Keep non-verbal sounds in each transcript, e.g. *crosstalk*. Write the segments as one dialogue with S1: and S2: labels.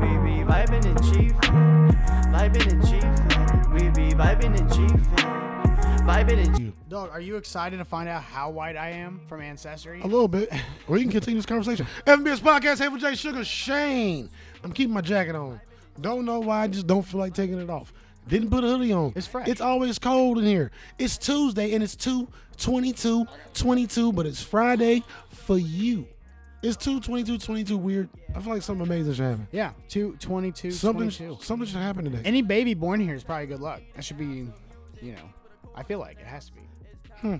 S1: We be vibing in G Flat, vibing in G Flat. We be vibing in G Flat, vibing in G.
S2: Dog, are you excited to find out how white I am from Ancestry?
S3: A little bit. We can continue this conversation. FBS Podcast, Hey for J Sugar, Shane. I'm keeping my jacket on. Don't know why, I just don't feel like taking it off. Didn't put a hoodie on.
S2: It's fresh.
S3: It's always cold in here. It's Tuesday and it's 2 22 22, but it's Friday for you. It's 2 22 22 weird. I feel like something amazing should happen.
S2: Yeah, two, 22,
S3: Something,
S2: 22.
S3: something should happen today.
S2: Any baby born here is probably good luck. That should be, you know, I feel like it has to be.
S3: Hmm.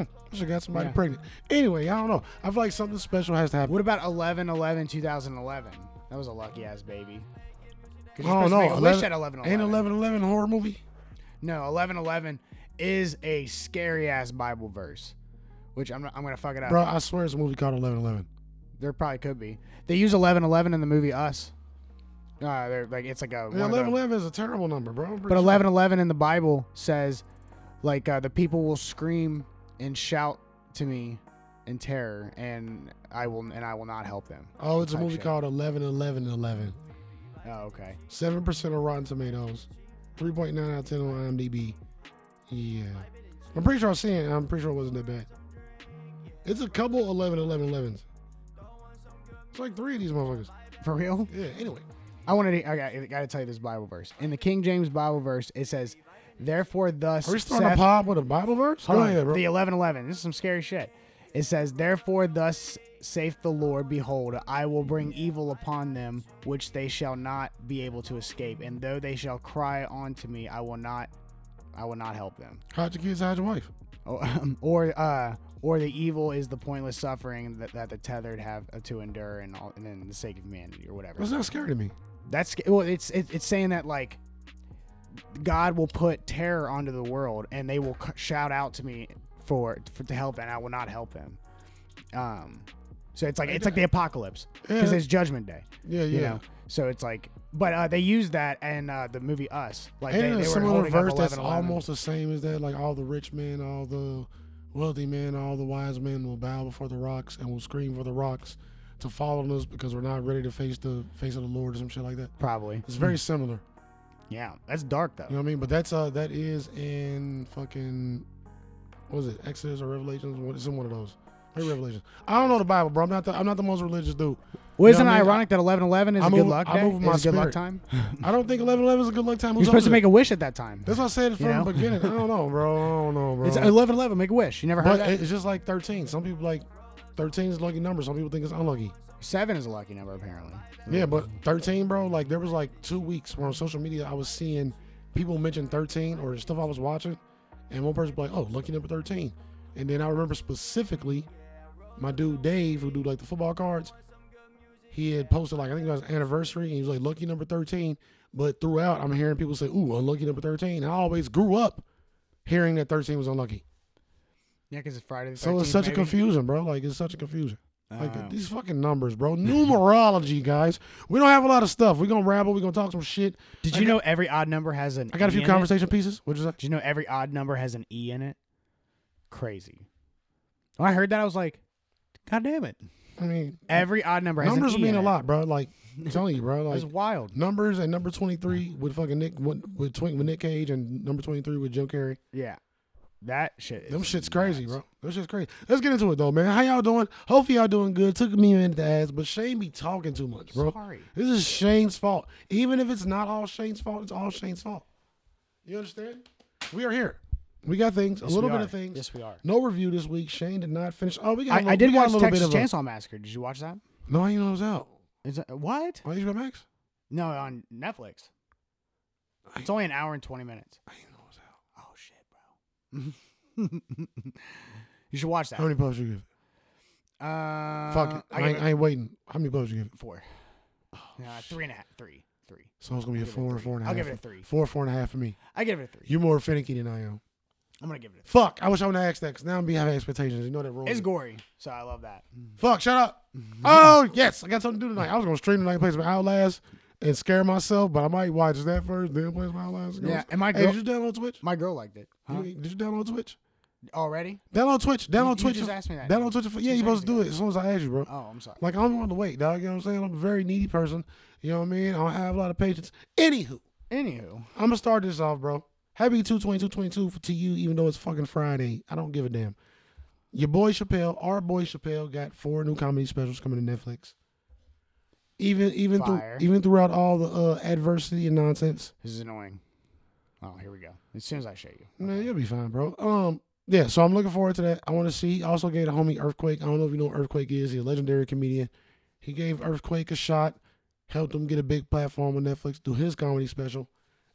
S3: I should got somebody
S2: Yeah.
S3: pregnant. Anyway, I don't know. I feel like something special has to happen.
S2: What about 11 11 2011? That was a lucky ass baby. 'Cause you're
S3: Oh
S2: supposed to
S3: no!
S2: make a wish at 11
S3: Ain't eleven eleven horror movie?
S2: No, 11 11 is a scary ass Bible verse, which I'm, not, I'm going to fuck it up.
S3: Bro, I swear it's a movie called eleven eleven.
S2: There probably could be. They use 11 11 in the movie Us. Uh, they're like it's like a one of the-
S3: Eleven eleven is a terrible number, bro. I'm pretty
S2: But
S3: sure.
S2: eleven eleven in the Bible says, like uh, the people will scream and shout to me in terror, and I will and I will not help them.
S3: Oh, it's a
S2: type
S3: movie
S2: shit.
S3: called eleven eleven eleven.
S2: Oh, okay.
S3: Seven percent of Rotten Tomatoes, three point nine out of ten on IMDb. Yeah, I'm pretty sure I've seen it. I'm pretty sure it wasn't that bad. It's a couple 11 11 11s. It's like three of these motherfuckers.
S2: For real?
S3: Yeah. Anyway,
S2: I wanted to. I got, I got to tell you this Bible verse. In the King James Bible verse, it says, "Therefore, thus
S3: are we starting
S2: saith-
S3: a pod with a Bible verse? Go
S2: Hold on.
S3: ahead, bro.
S2: The eleven eleven. This is some scary shit. It says, "Therefore, thus saith the Lord: Behold, I will bring evil upon them, which they shall not be able to escape. And though they shall cry unto me, I will not, I will not help them. *laughs*
S3: Hide your kids, hide your wife.
S2: Oh, um, or, uh, or the evil is the pointless suffering that, that the tethered have to endure, and all, and then the sake of humanity, or whatever.
S3: That's not scary to me.
S2: That's well, it's it, it's saying that like God will put terror onto the world, and they will c- shout out to me for, for to help, and I will not help them. Um, so it's like it's like the apocalypse because
S3: Yeah.
S2: it's Judgment Day.
S3: Yeah, yeah.
S2: You know, so it's like, but uh, they used that and uh, the movie Us. Like
S3: Ain't
S2: they,
S3: it
S2: they
S3: a
S2: were
S3: similar
S2: holding up
S3: verse that's
S2: 11:11.
S3: almost the same as that? Like all the rich men, all the wealthy men, all the wise men will bow before the rocks and will scream for the rocks to fall on us because we're not ready to face the face of the Lord or some shit like that.
S2: probably.
S3: It's very similar.
S2: Yeah, that's dark though.
S3: You know what I mean? But that's uh that is in fucking what was it Exodus or Revelations? What- It's in one of those. Maybe Revelations. I don't know the Bible, bro. I'm not the I'm not the most religious dude. You
S2: Well,
S3: know
S2: isn't
S3: what
S2: it
S3: I mean?
S2: ironic that eleven eleven is
S3: I'm
S2: a good
S3: over-
S2: luck
S3: I'm
S2: day?
S3: over my
S2: is good luck
S3: spirit.
S2: time.
S3: I don't think 1111 is a good luck time.
S2: You're
S3: Who's
S2: supposed to
S3: older?
S2: make a wish at that time.
S3: That's what I said from
S2: know?
S3: the beginning. I don't know, bro. I don't know, bro.
S2: It's eleven eleven. Make a wish. You never heard
S3: But
S2: that?
S3: it's just like 13. Some people like 13 is a lucky number. Some people think it's unlucky.
S2: Seven is a lucky number apparently.
S3: Yeah, but 13, bro, like there was like two weeks where on social media I was seeing people mention 13 or stuff I was watching. And one person be like, oh, lucky number 13. And then I remember specifically my dude Dave, who do like the football cards, he had posted like, I think it was anniversary. And he was like, lucky number 13. But throughout, I'm hearing people say, ooh, unlucky number 13. I always grew up hearing that 13 was unlucky.
S2: Yeah, because it's Friday. The
S3: So it's
S2: 13th,
S3: such a
S2: maybe.
S3: confusion, bro. Like it's such a confusion. Like
S2: Oh.
S3: these fucking numbers, bro. Numerology, guys. We don't have a lot of stuff. We're gonna rabble. We're gonna talk some shit.
S2: Did
S3: I
S2: you
S3: got-
S2: know every odd number has an?
S3: I got a few
S2: e in it?
S3: conversation pieces. What'd you say?
S2: Did you know every odd number has an e in it? Crazy. When I heard that, I was like, "God damn it!"
S3: I mean,
S2: Every odd number has
S3: numbers
S2: an e
S3: mean
S2: in
S3: a
S2: it.
S3: lot, bro.
S2: *laughs*
S3: Like I'm telling you, bro. Like
S2: It's wild.
S3: numbers and number 23 with fucking Nick with with, Twink, with Nick Cage and number 23 with Jim Carrey.
S2: Yeah, that shit. Is
S3: Them shit's crazy,
S2: nuts.
S3: bro. Them shit's crazy. Let's get into it though, man. How y'all doing? Hopefully y'all doing good. Took me a minute to ask, but Shane be talking too much, bro.
S2: Sorry.
S3: This is Shane's fault. Even if it's not all Shane's fault, it's all Shane's fault. You understand? We are here. We got things,
S2: Yes,
S3: a little
S2: we
S3: bit
S2: are.
S3: of things.
S2: Yes, we are.
S3: No review this week. Shane did not finish. Oh, we got. a
S2: I,
S3: little-
S2: I did
S3: we got
S2: watch
S3: a little
S2: Texas
S3: bit of
S2: Chainsaw Massacre. Did you watch that?
S3: A, no, I didn't know it was out.
S2: Is that what?
S3: On HBO Max.
S2: No, on Netflix. It's only an hour and twenty minutes.
S3: I didn't know it was out.
S2: Oh shit, bro. *laughs* you should watch that.
S3: How many posts you give? it?
S2: Uh,
S3: Fuck it. I,
S2: I Oh,
S3: ain't,
S2: give
S3: I
S2: it
S3: ain't waiting. How many posts you give? it?
S2: four. Nah, three and a half. Three. Three.
S3: So it's gonna be a
S2: give it a
S3: four or
S2: three.
S3: four and a
S2: I'll
S3: half.
S2: give it a three.
S3: Four, four and a half for me.
S2: I give it a three.
S3: You're more finicky than I am.
S2: I'm gonna give it a three.
S3: Fuck. I wish I would have asked that because now I'm be having expectations. You know that rules.
S2: It's gory, so I love that. *laughs*
S3: Fuck, shut up. Oh, yes. I got something to do tonight. I was going to stream tonight, play some Outlast. and scare myself, but I might watch that first, then play Smile Last.
S2: Yeah, and my
S3: Hey,
S2: girl,
S3: did you download Twitch?
S2: my girl liked it. Huh?
S3: You- did you download Twitch?
S2: Already?
S3: Download Twitch. Download
S2: you
S3: Twitch.
S2: just asked me that.
S3: Download Twitch. Yeah,
S2: Two
S3: you supposed to do
S2: seconds
S3: it as soon as I ask you, bro.
S2: Oh, I'm sorry.
S3: Like I'm on the wait, dog. You know what I'm saying? I'm a very needy person. You know what I mean? I don't have a lot of patience. Anywho,
S2: Anywho,
S3: I'm gonna start this off, bro. Happy 22222 to you, even though it's fucking Friday. I don't give a damn. Your boy Chappelle, our boy Chappelle, got four new comedy specials coming to Netflix. Even even through,
S2: Fire.
S3: even throughout all the uh, adversity and nonsense,
S2: this is annoying. Oh, here we go. As soon as I show you.
S3: man, you'll be fine, bro. Um, yeah. So I'm looking forward to that. I want to see. I Also gave the homie Earthquake. I don't know if you know what Earthquake is. He's a legendary comedian. He gave Earthquake a shot, helped him get a big platform on Netflix, do his comedy special,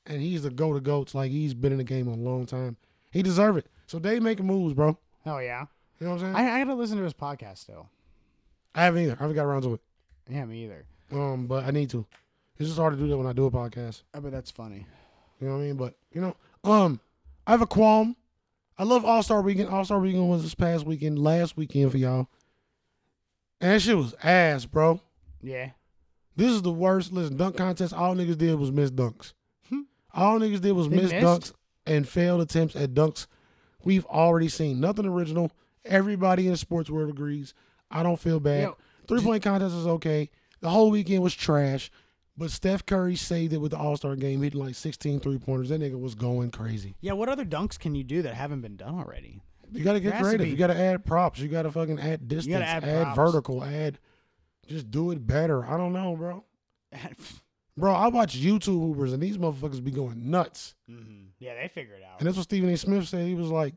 S3: and he's the go to goats. Like he's been in the game a long time. He deserve it. So they making moves, bro.
S2: Hell yeah.
S3: You know what I'm saying?
S2: I, I gotta listen to his podcast still.
S3: I haven't either. I haven't got around to it.
S2: Yeah, me either.
S3: Um, but I need to. It's just hard to do that when I do a podcast.
S2: I bet that's funny.
S3: You know what I mean? But you know, um, I have a qualm. I love All Star Weekend. All Star Weekend was this past weekend, last weekend for y'all. And that shit was ass, bro.
S2: Yeah.
S3: This is the worst. Listen, dunk contest. All niggas did was miss dunks. All niggas did was
S2: Hmm. They
S3: miss
S2: missed?
S3: dunks and failed attempts at dunks. We've already seen nothing original. Everybody in the sports world agrees. I don't feel bad.
S2: Yo,
S3: Three point contest is okay. The whole weekend was trash, but Steph Curry saved it with the All Star game, hitting like 16 three pointers. That nigga was going crazy.
S2: Yeah, what other dunks can you do that haven't been done already? *laughs*
S3: You gotta
S2: There
S3: get
S2: has to
S3: creative.
S2: be-
S3: You gotta add props. You gotta fucking add distance.
S2: add
S3: add
S2: props.
S3: vertical. Add. Just do it better. I don't know, bro. Bro, I watch YouTube Ubers and these motherfuckers be going nuts.
S2: Mhm. Yeah, they figure it out.
S3: And that's what Stephen A. Smith said. He was like,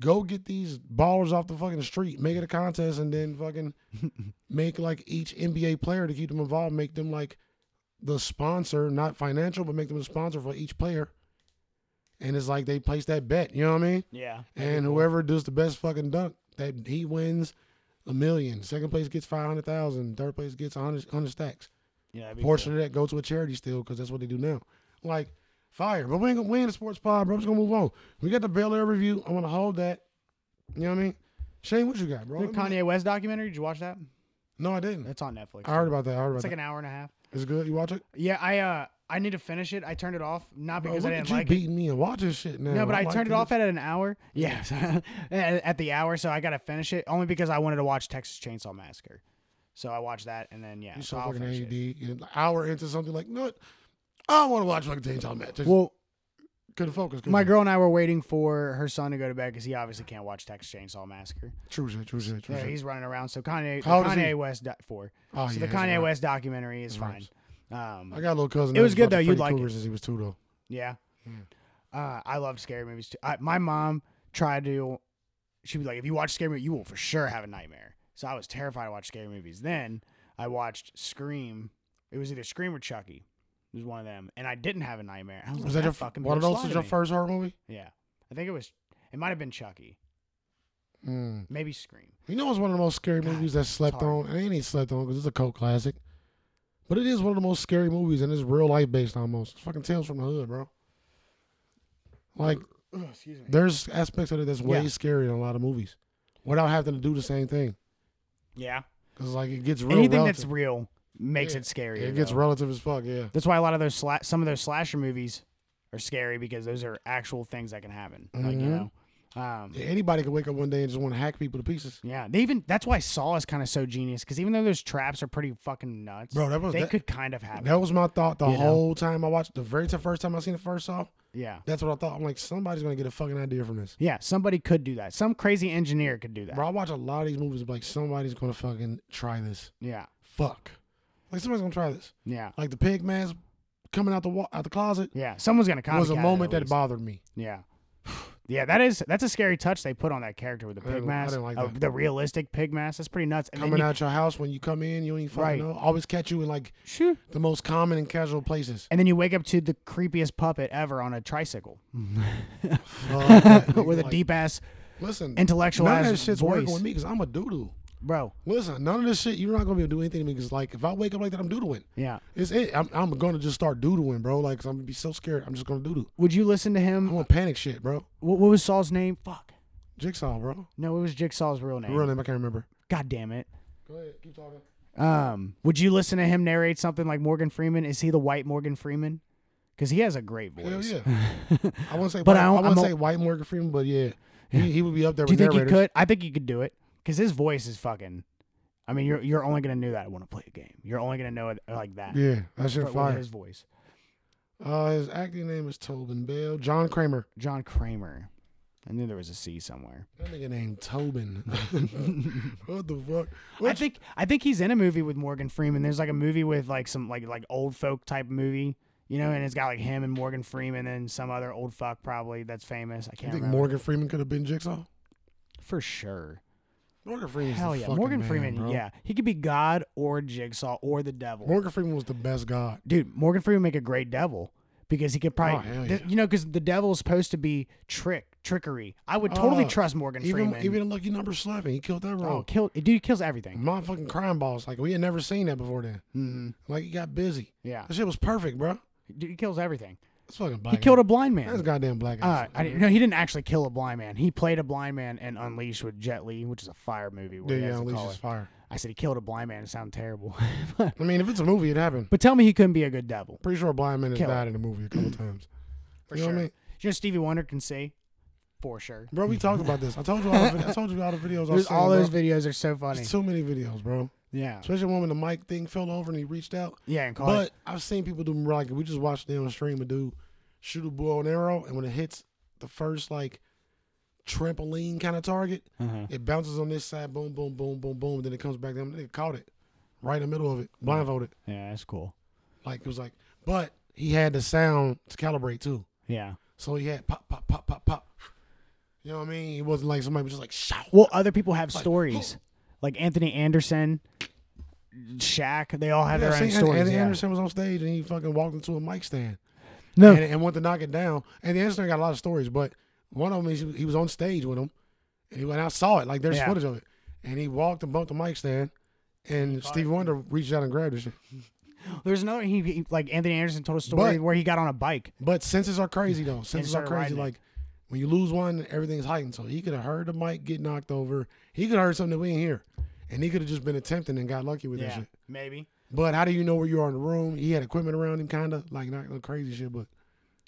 S3: go get these ballers off the fucking street, make it a contest, and then fucking make like each NBA player to keep them involved, make them like the sponsor, not financial, but make them a sponsor for each player. And it's like they place that bet, you know what I mean?
S2: yeah. that'd be
S3: And
S2: cool.
S3: whoever does the best fucking dunk, that he wins a million. Second place gets 500,000. Third place gets 100, 100 stacks
S2: yeah, that'd be
S3: portion of that go to a charity still because that's what they do now. Like fire, but we ain't gonna win the sports pod, bro. I'm just gonna move on. We got the Bel Air review. I'm gonna hold that. You know what I mean? Shane, what you got, bro?
S2: cool. The Kanye West documentary, did you watch that?
S3: No, I didn't.
S2: It's on Netflix.
S3: I heard about that. I heard about
S2: it's like
S3: that.
S2: an hour and a half.
S3: It's good. You watch it?
S2: Yeah, I uh I need to finish it. I turned it off not
S3: Bro,
S2: because
S3: look
S2: I
S3: at
S2: didn't
S3: you
S2: like it.
S3: beating me and watching shit now.
S2: No, but I,
S3: like
S2: turned it
S3: this.
S2: off at an hour. *laughs* Yes, at at the hour, so I gotta finish it only because I wanted to watch Texas Chainsaw Massacre. So I watched that, and then yeah,
S3: You so
S2: so I'll
S3: fucking
S2: finish
S3: AD.
S2: it.
S3: You're an hour into something like no, I don't want to watch fucking Chainsaw Match. Just
S2: Well,
S3: couldn't focus. couldn't
S2: my
S3: focus.
S2: girl and I were waiting for her son to go to bed because he obviously can't watch Texas Chainsaw Massacre.
S3: True shit. True shit. True
S2: Yeah,
S3: shit.
S2: he's running around. So Kanye, the
S3: How old is he?
S2: Kanye West di- four.
S3: Oh, yeah,
S2: so the
S3: that's
S2: Kanye
S3: right.
S2: West documentary is
S3: That's
S2: fine.
S3: right.
S2: Um,
S3: I got a little cousin.
S2: It
S3: that
S2: was good,
S3: fucking
S2: though. You'd
S3: Freddy
S2: like
S3: Krueger
S2: it.
S3: Since he was two though.
S2: Yeah. Uh, I loved scary movies too. I, my mom tried to, she was like, if you watch scary movie, you will for sure have a nightmare. So I was terrified to watch scary movies. Then I watched Scream. It was either Scream or Chucky. It was one of them, and I didn't have a nightmare. I was,
S3: Was
S2: like,
S3: that your
S2: fucking
S3: one of
S2: bitch
S3: those?
S2: lied
S3: Was
S2: to
S3: your
S2: me."
S3: first horror movie?
S2: Yeah, I think it was. It might have been Chucky,
S3: Mm.
S2: maybe Scream.
S3: You know, it's one of the most scary
S2: God,
S3: movies that slept on.
S2: hard.
S3: It ain't even slept on because it's a cult classic. But it is one of the most scary movies, and it's real life based almost. It's fucking Tales from the Hood, bro. Like,
S2: Uh, excuse me.
S3: there's aspects of it that's way
S2: Yeah.
S3: scarier than a lot of movies without having to do the same thing.
S2: Yeah,
S3: Because, like, it gets real
S2: anything
S3: relative.
S2: that's real makes
S3: Yeah,
S2: it scarier.
S3: it gets
S2: though.
S3: relative as fuck, yeah.
S2: That's why a lot of those sla- some of those slasher movies are scary because those are actual things that can happen. Like you
S3: Mhm.
S2: know, um,
S3: Yeah, Anybody could wake up one day and just want to hack people to pieces.
S2: yeah. They even that's why Saw is kind of so genius because even though those traps are pretty fucking nuts,
S3: Bro, that was-
S2: they
S3: that-
S2: could kind of happen.
S3: That was my thought the
S2: You know?
S3: whole time I watched the very t- first time I seen the first Saw.
S2: yeah,
S3: That's what I thought. I'm like, somebody's going to get a fucking idea from this.
S2: yeah. Somebody could do that. Some crazy engineer could do that.
S3: Bro, I watch a lot of these movies, like, somebody's going to fucking try this.
S2: Yeah,
S3: fuck. Like somebody's gonna try this.
S2: yeah,
S3: Like the pig man's coming out the wa- out the closet
S2: yeah. Someone's gonna copycat.
S3: was a
S2: it
S3: moment
S2: at
S3: that
S2: least.
S3: bothered me.
S2: Yeah. Yeah, that is that's a scary touch they put on that character with the
S3: I didn't
S2: pig
S3: li- I
S2: mask,
S3: didn't like
S2: uh,
S3: that.
S2: the realistic pig mask. That's pretty nuts. And then
S3: Coming
S2: you-
S3: out your house when you come in, you don't even fucking
S2: Right.
S3: know. Always catch you in like
S2: Shoo.
S3: the most common and casual
S2: *laughs*
S3: places.
S2: and then you wake up to the creepiest puppet ever on a tricycle.
S3: Fuck that, nigga.
S2: with a
S3: Like,
S2: deep ass
S3: listen
S2: intellectual
S3: None
S2: ass
S3: of that shit's working
S2: voice.
S3: with me because I'm a doodoo.
S2: bro.
S3: Listen, none of this shit. You're not gonna be able to do anything to me because like if I wake up like that, I'm doodling.
S2: Yeah.
S3: It's it. I'm, I'm gonna just start doodling, bro. Like 'cause I'm gonna be so scared. I'm just gonna doodoo.
S2: Would you listen to
S3: I'm
S2: him?
S3: gonna panic shit, bro.
S2: What, what was Saul's name? Fuck.
S3: Jigsaw, bro.
S2: No, it was Jigsaw's real name.
S3: Real name, I can't remember.
S2: God damn it.
S3: Go ahead, keep talking.
S2: Um, would you listen to him narrate something like Morgan Freeman? Is he the white Morgan Freeman? Because he has a great
S3: Hell
S2: voice. *laughs*
S3: yeah. I wouldn't say
S2: But
S3: white,
S2: I
S3: I,
S2: don't-
S3: wouldn't
S2: I'm a-
S3: say white Morgan Freeman, but yeah, he, he would be up there
S2: Do you
S3: with
S2: think he
S3: narrators.
S2: could? I think he could do it because his voice is fucking. I mean, you're you're only gonna know that when I play a game. You're only gonna know it uh, like that.
S3: Yeah, that's your
S2: with
S3: fire.
S2: his voice.
S3: Uh, his acting name is Tobin Bell. John Kramer.
S2: John Kramer. I knew there was a C somewhere.
S3: That nigga named Tobin. *laughs* what the fuck?
S2: I
S3: Which-
S2: think I think he's in a movie with Morgan Freeman. There's like a movie with like some like like old folk type movie, you know, and it's got like him and Morgan Freeman and some other old fuck probably that's famous. I
S3: You
S2: can't
S3: think
S2: remember
S3: Morgan Freeman could have been Jigsaw?
S2: for sure.
S3: Morgan Freeman's
S2: Hell
S3: the
S2: yeah,
S3: fucking
S2: Morgan
S3: man,
S2: Freeman.
S3: bro.
S2: Yeah, he could be God or Jigsaw or the devil.
S3: Morgan Freeman was the best God.
S2: Dude, Morgan Freeman would make a great devil because he could probably,
S3: Oh, hell
S2: th-
S3: yeah.
S2: you know, because the devil's supposed to be trick trickery. I would totally
S3: Oh,
S2: trust Morgan
S3: Even
S2: Freeman.
S3: even Lucky Number Eleven, he killed that
S2: Uh, oh,
S3: role.
S2: kill dude he kills everything.
S3: Motherfucking crime boss. Like we had never seen that before. Then,
S2: hmm
S3: like he got busy.
S2: Yeah,
S3: That shit was perfect, bro.
S2: dude, he kills everything.
S3: That's fucking black.
S2: He killed a
S3: guy.
S2: blind man.
S3: That's goddamn black.
S2: Uh,
S3: ass.
S2: I didn't, no, he didn't actually kill a blind man. He played a blind man in Unleashed with Jet Li, which is a fire movie. Where
S3: Dude,
S2: he
S3: yeah,
S2: has to
S3: Unleash
S2: call
S3: is
S2: it-
S3: fire.
S2: I said he killed a blind man. It sounded terrible. *laughs*
S3: I mean, if it's a movie, it happened.
S2: but tell me he couldn't be a good devil.
S3: Pretty sure a blind man has
S2: Kill it.
S3: died in a movie a
S2: *clears throat*
S3: couple times.
S2: For
S3: you know
S2: sure.
S3: what I mean?
S2: You know Stevie Wonder can see? For sure.
S3: Bro, we talked about this. I told you all
S2: *laughs*
S3: the, vid- I told you all the videos I
S2: There's-
S3: was
S2: all those videos are so funny.
S3: There's too many videos, bro.
S2: yeah.
S3: Especially when when the mic thing fell over and he reached out.
S2: Yeah, and call
S3: But
S2: it.
S3: I've seen people do like we just watched them stream a dude shoot a bow and arrow, and when it hits the first like trampoline kind of target,
S2: Uh-huh.
S3: it bounces on this side, boom, boom, boom, boom, boom. Then it comes back down. They caught it right in the middle of it, blindfolded.
S2: Yeah, that's cool.
S3: Like it was like, but he had the sound to calibrate too.
S2: Yeah.
S3: So he had pop, pop, pop, pop, pop. You know what I mean? It wasn't like somebody was just like shout.
S2: Well, other people have
S3: Like,
S2: stories. Like Anthony Anderson, Shaq, they all have
S3: Yeah,
S2: their
S3: see,
S2: own
S3: and-
S2: stories.
S3: and
S2: yeah.
S3: Anderson was on stage and he fucking walked into a mic stand
S2: no,
S3: and, and went to knock it down. And Anderson got a lot of stories, but one of them is he- he was on stage with him and, he, and I saw it. Like there's
S2: Yeah.
S3: footage of it. And he walked and bumped the mic stand. And Steve Wonder reached out and grabbed his shit.
S2: there's another. He, he like Anthony Anderson told a story
S3: But-
S2: where he got on a bike.
S3: But senses are crazy though. Senses are
S2: started
S3: crazy.
S2: riding it.
S3: Like when you lose one, everything's heightened. So he could have heard the mic get knocked over. He could have heard something that we didn't hear. And he could have just been attempting and got lucky with that shit.
S2: maybe.
S3: But how do you know where you are in the room? He had equipment around him, kind of like not no crazy shit. But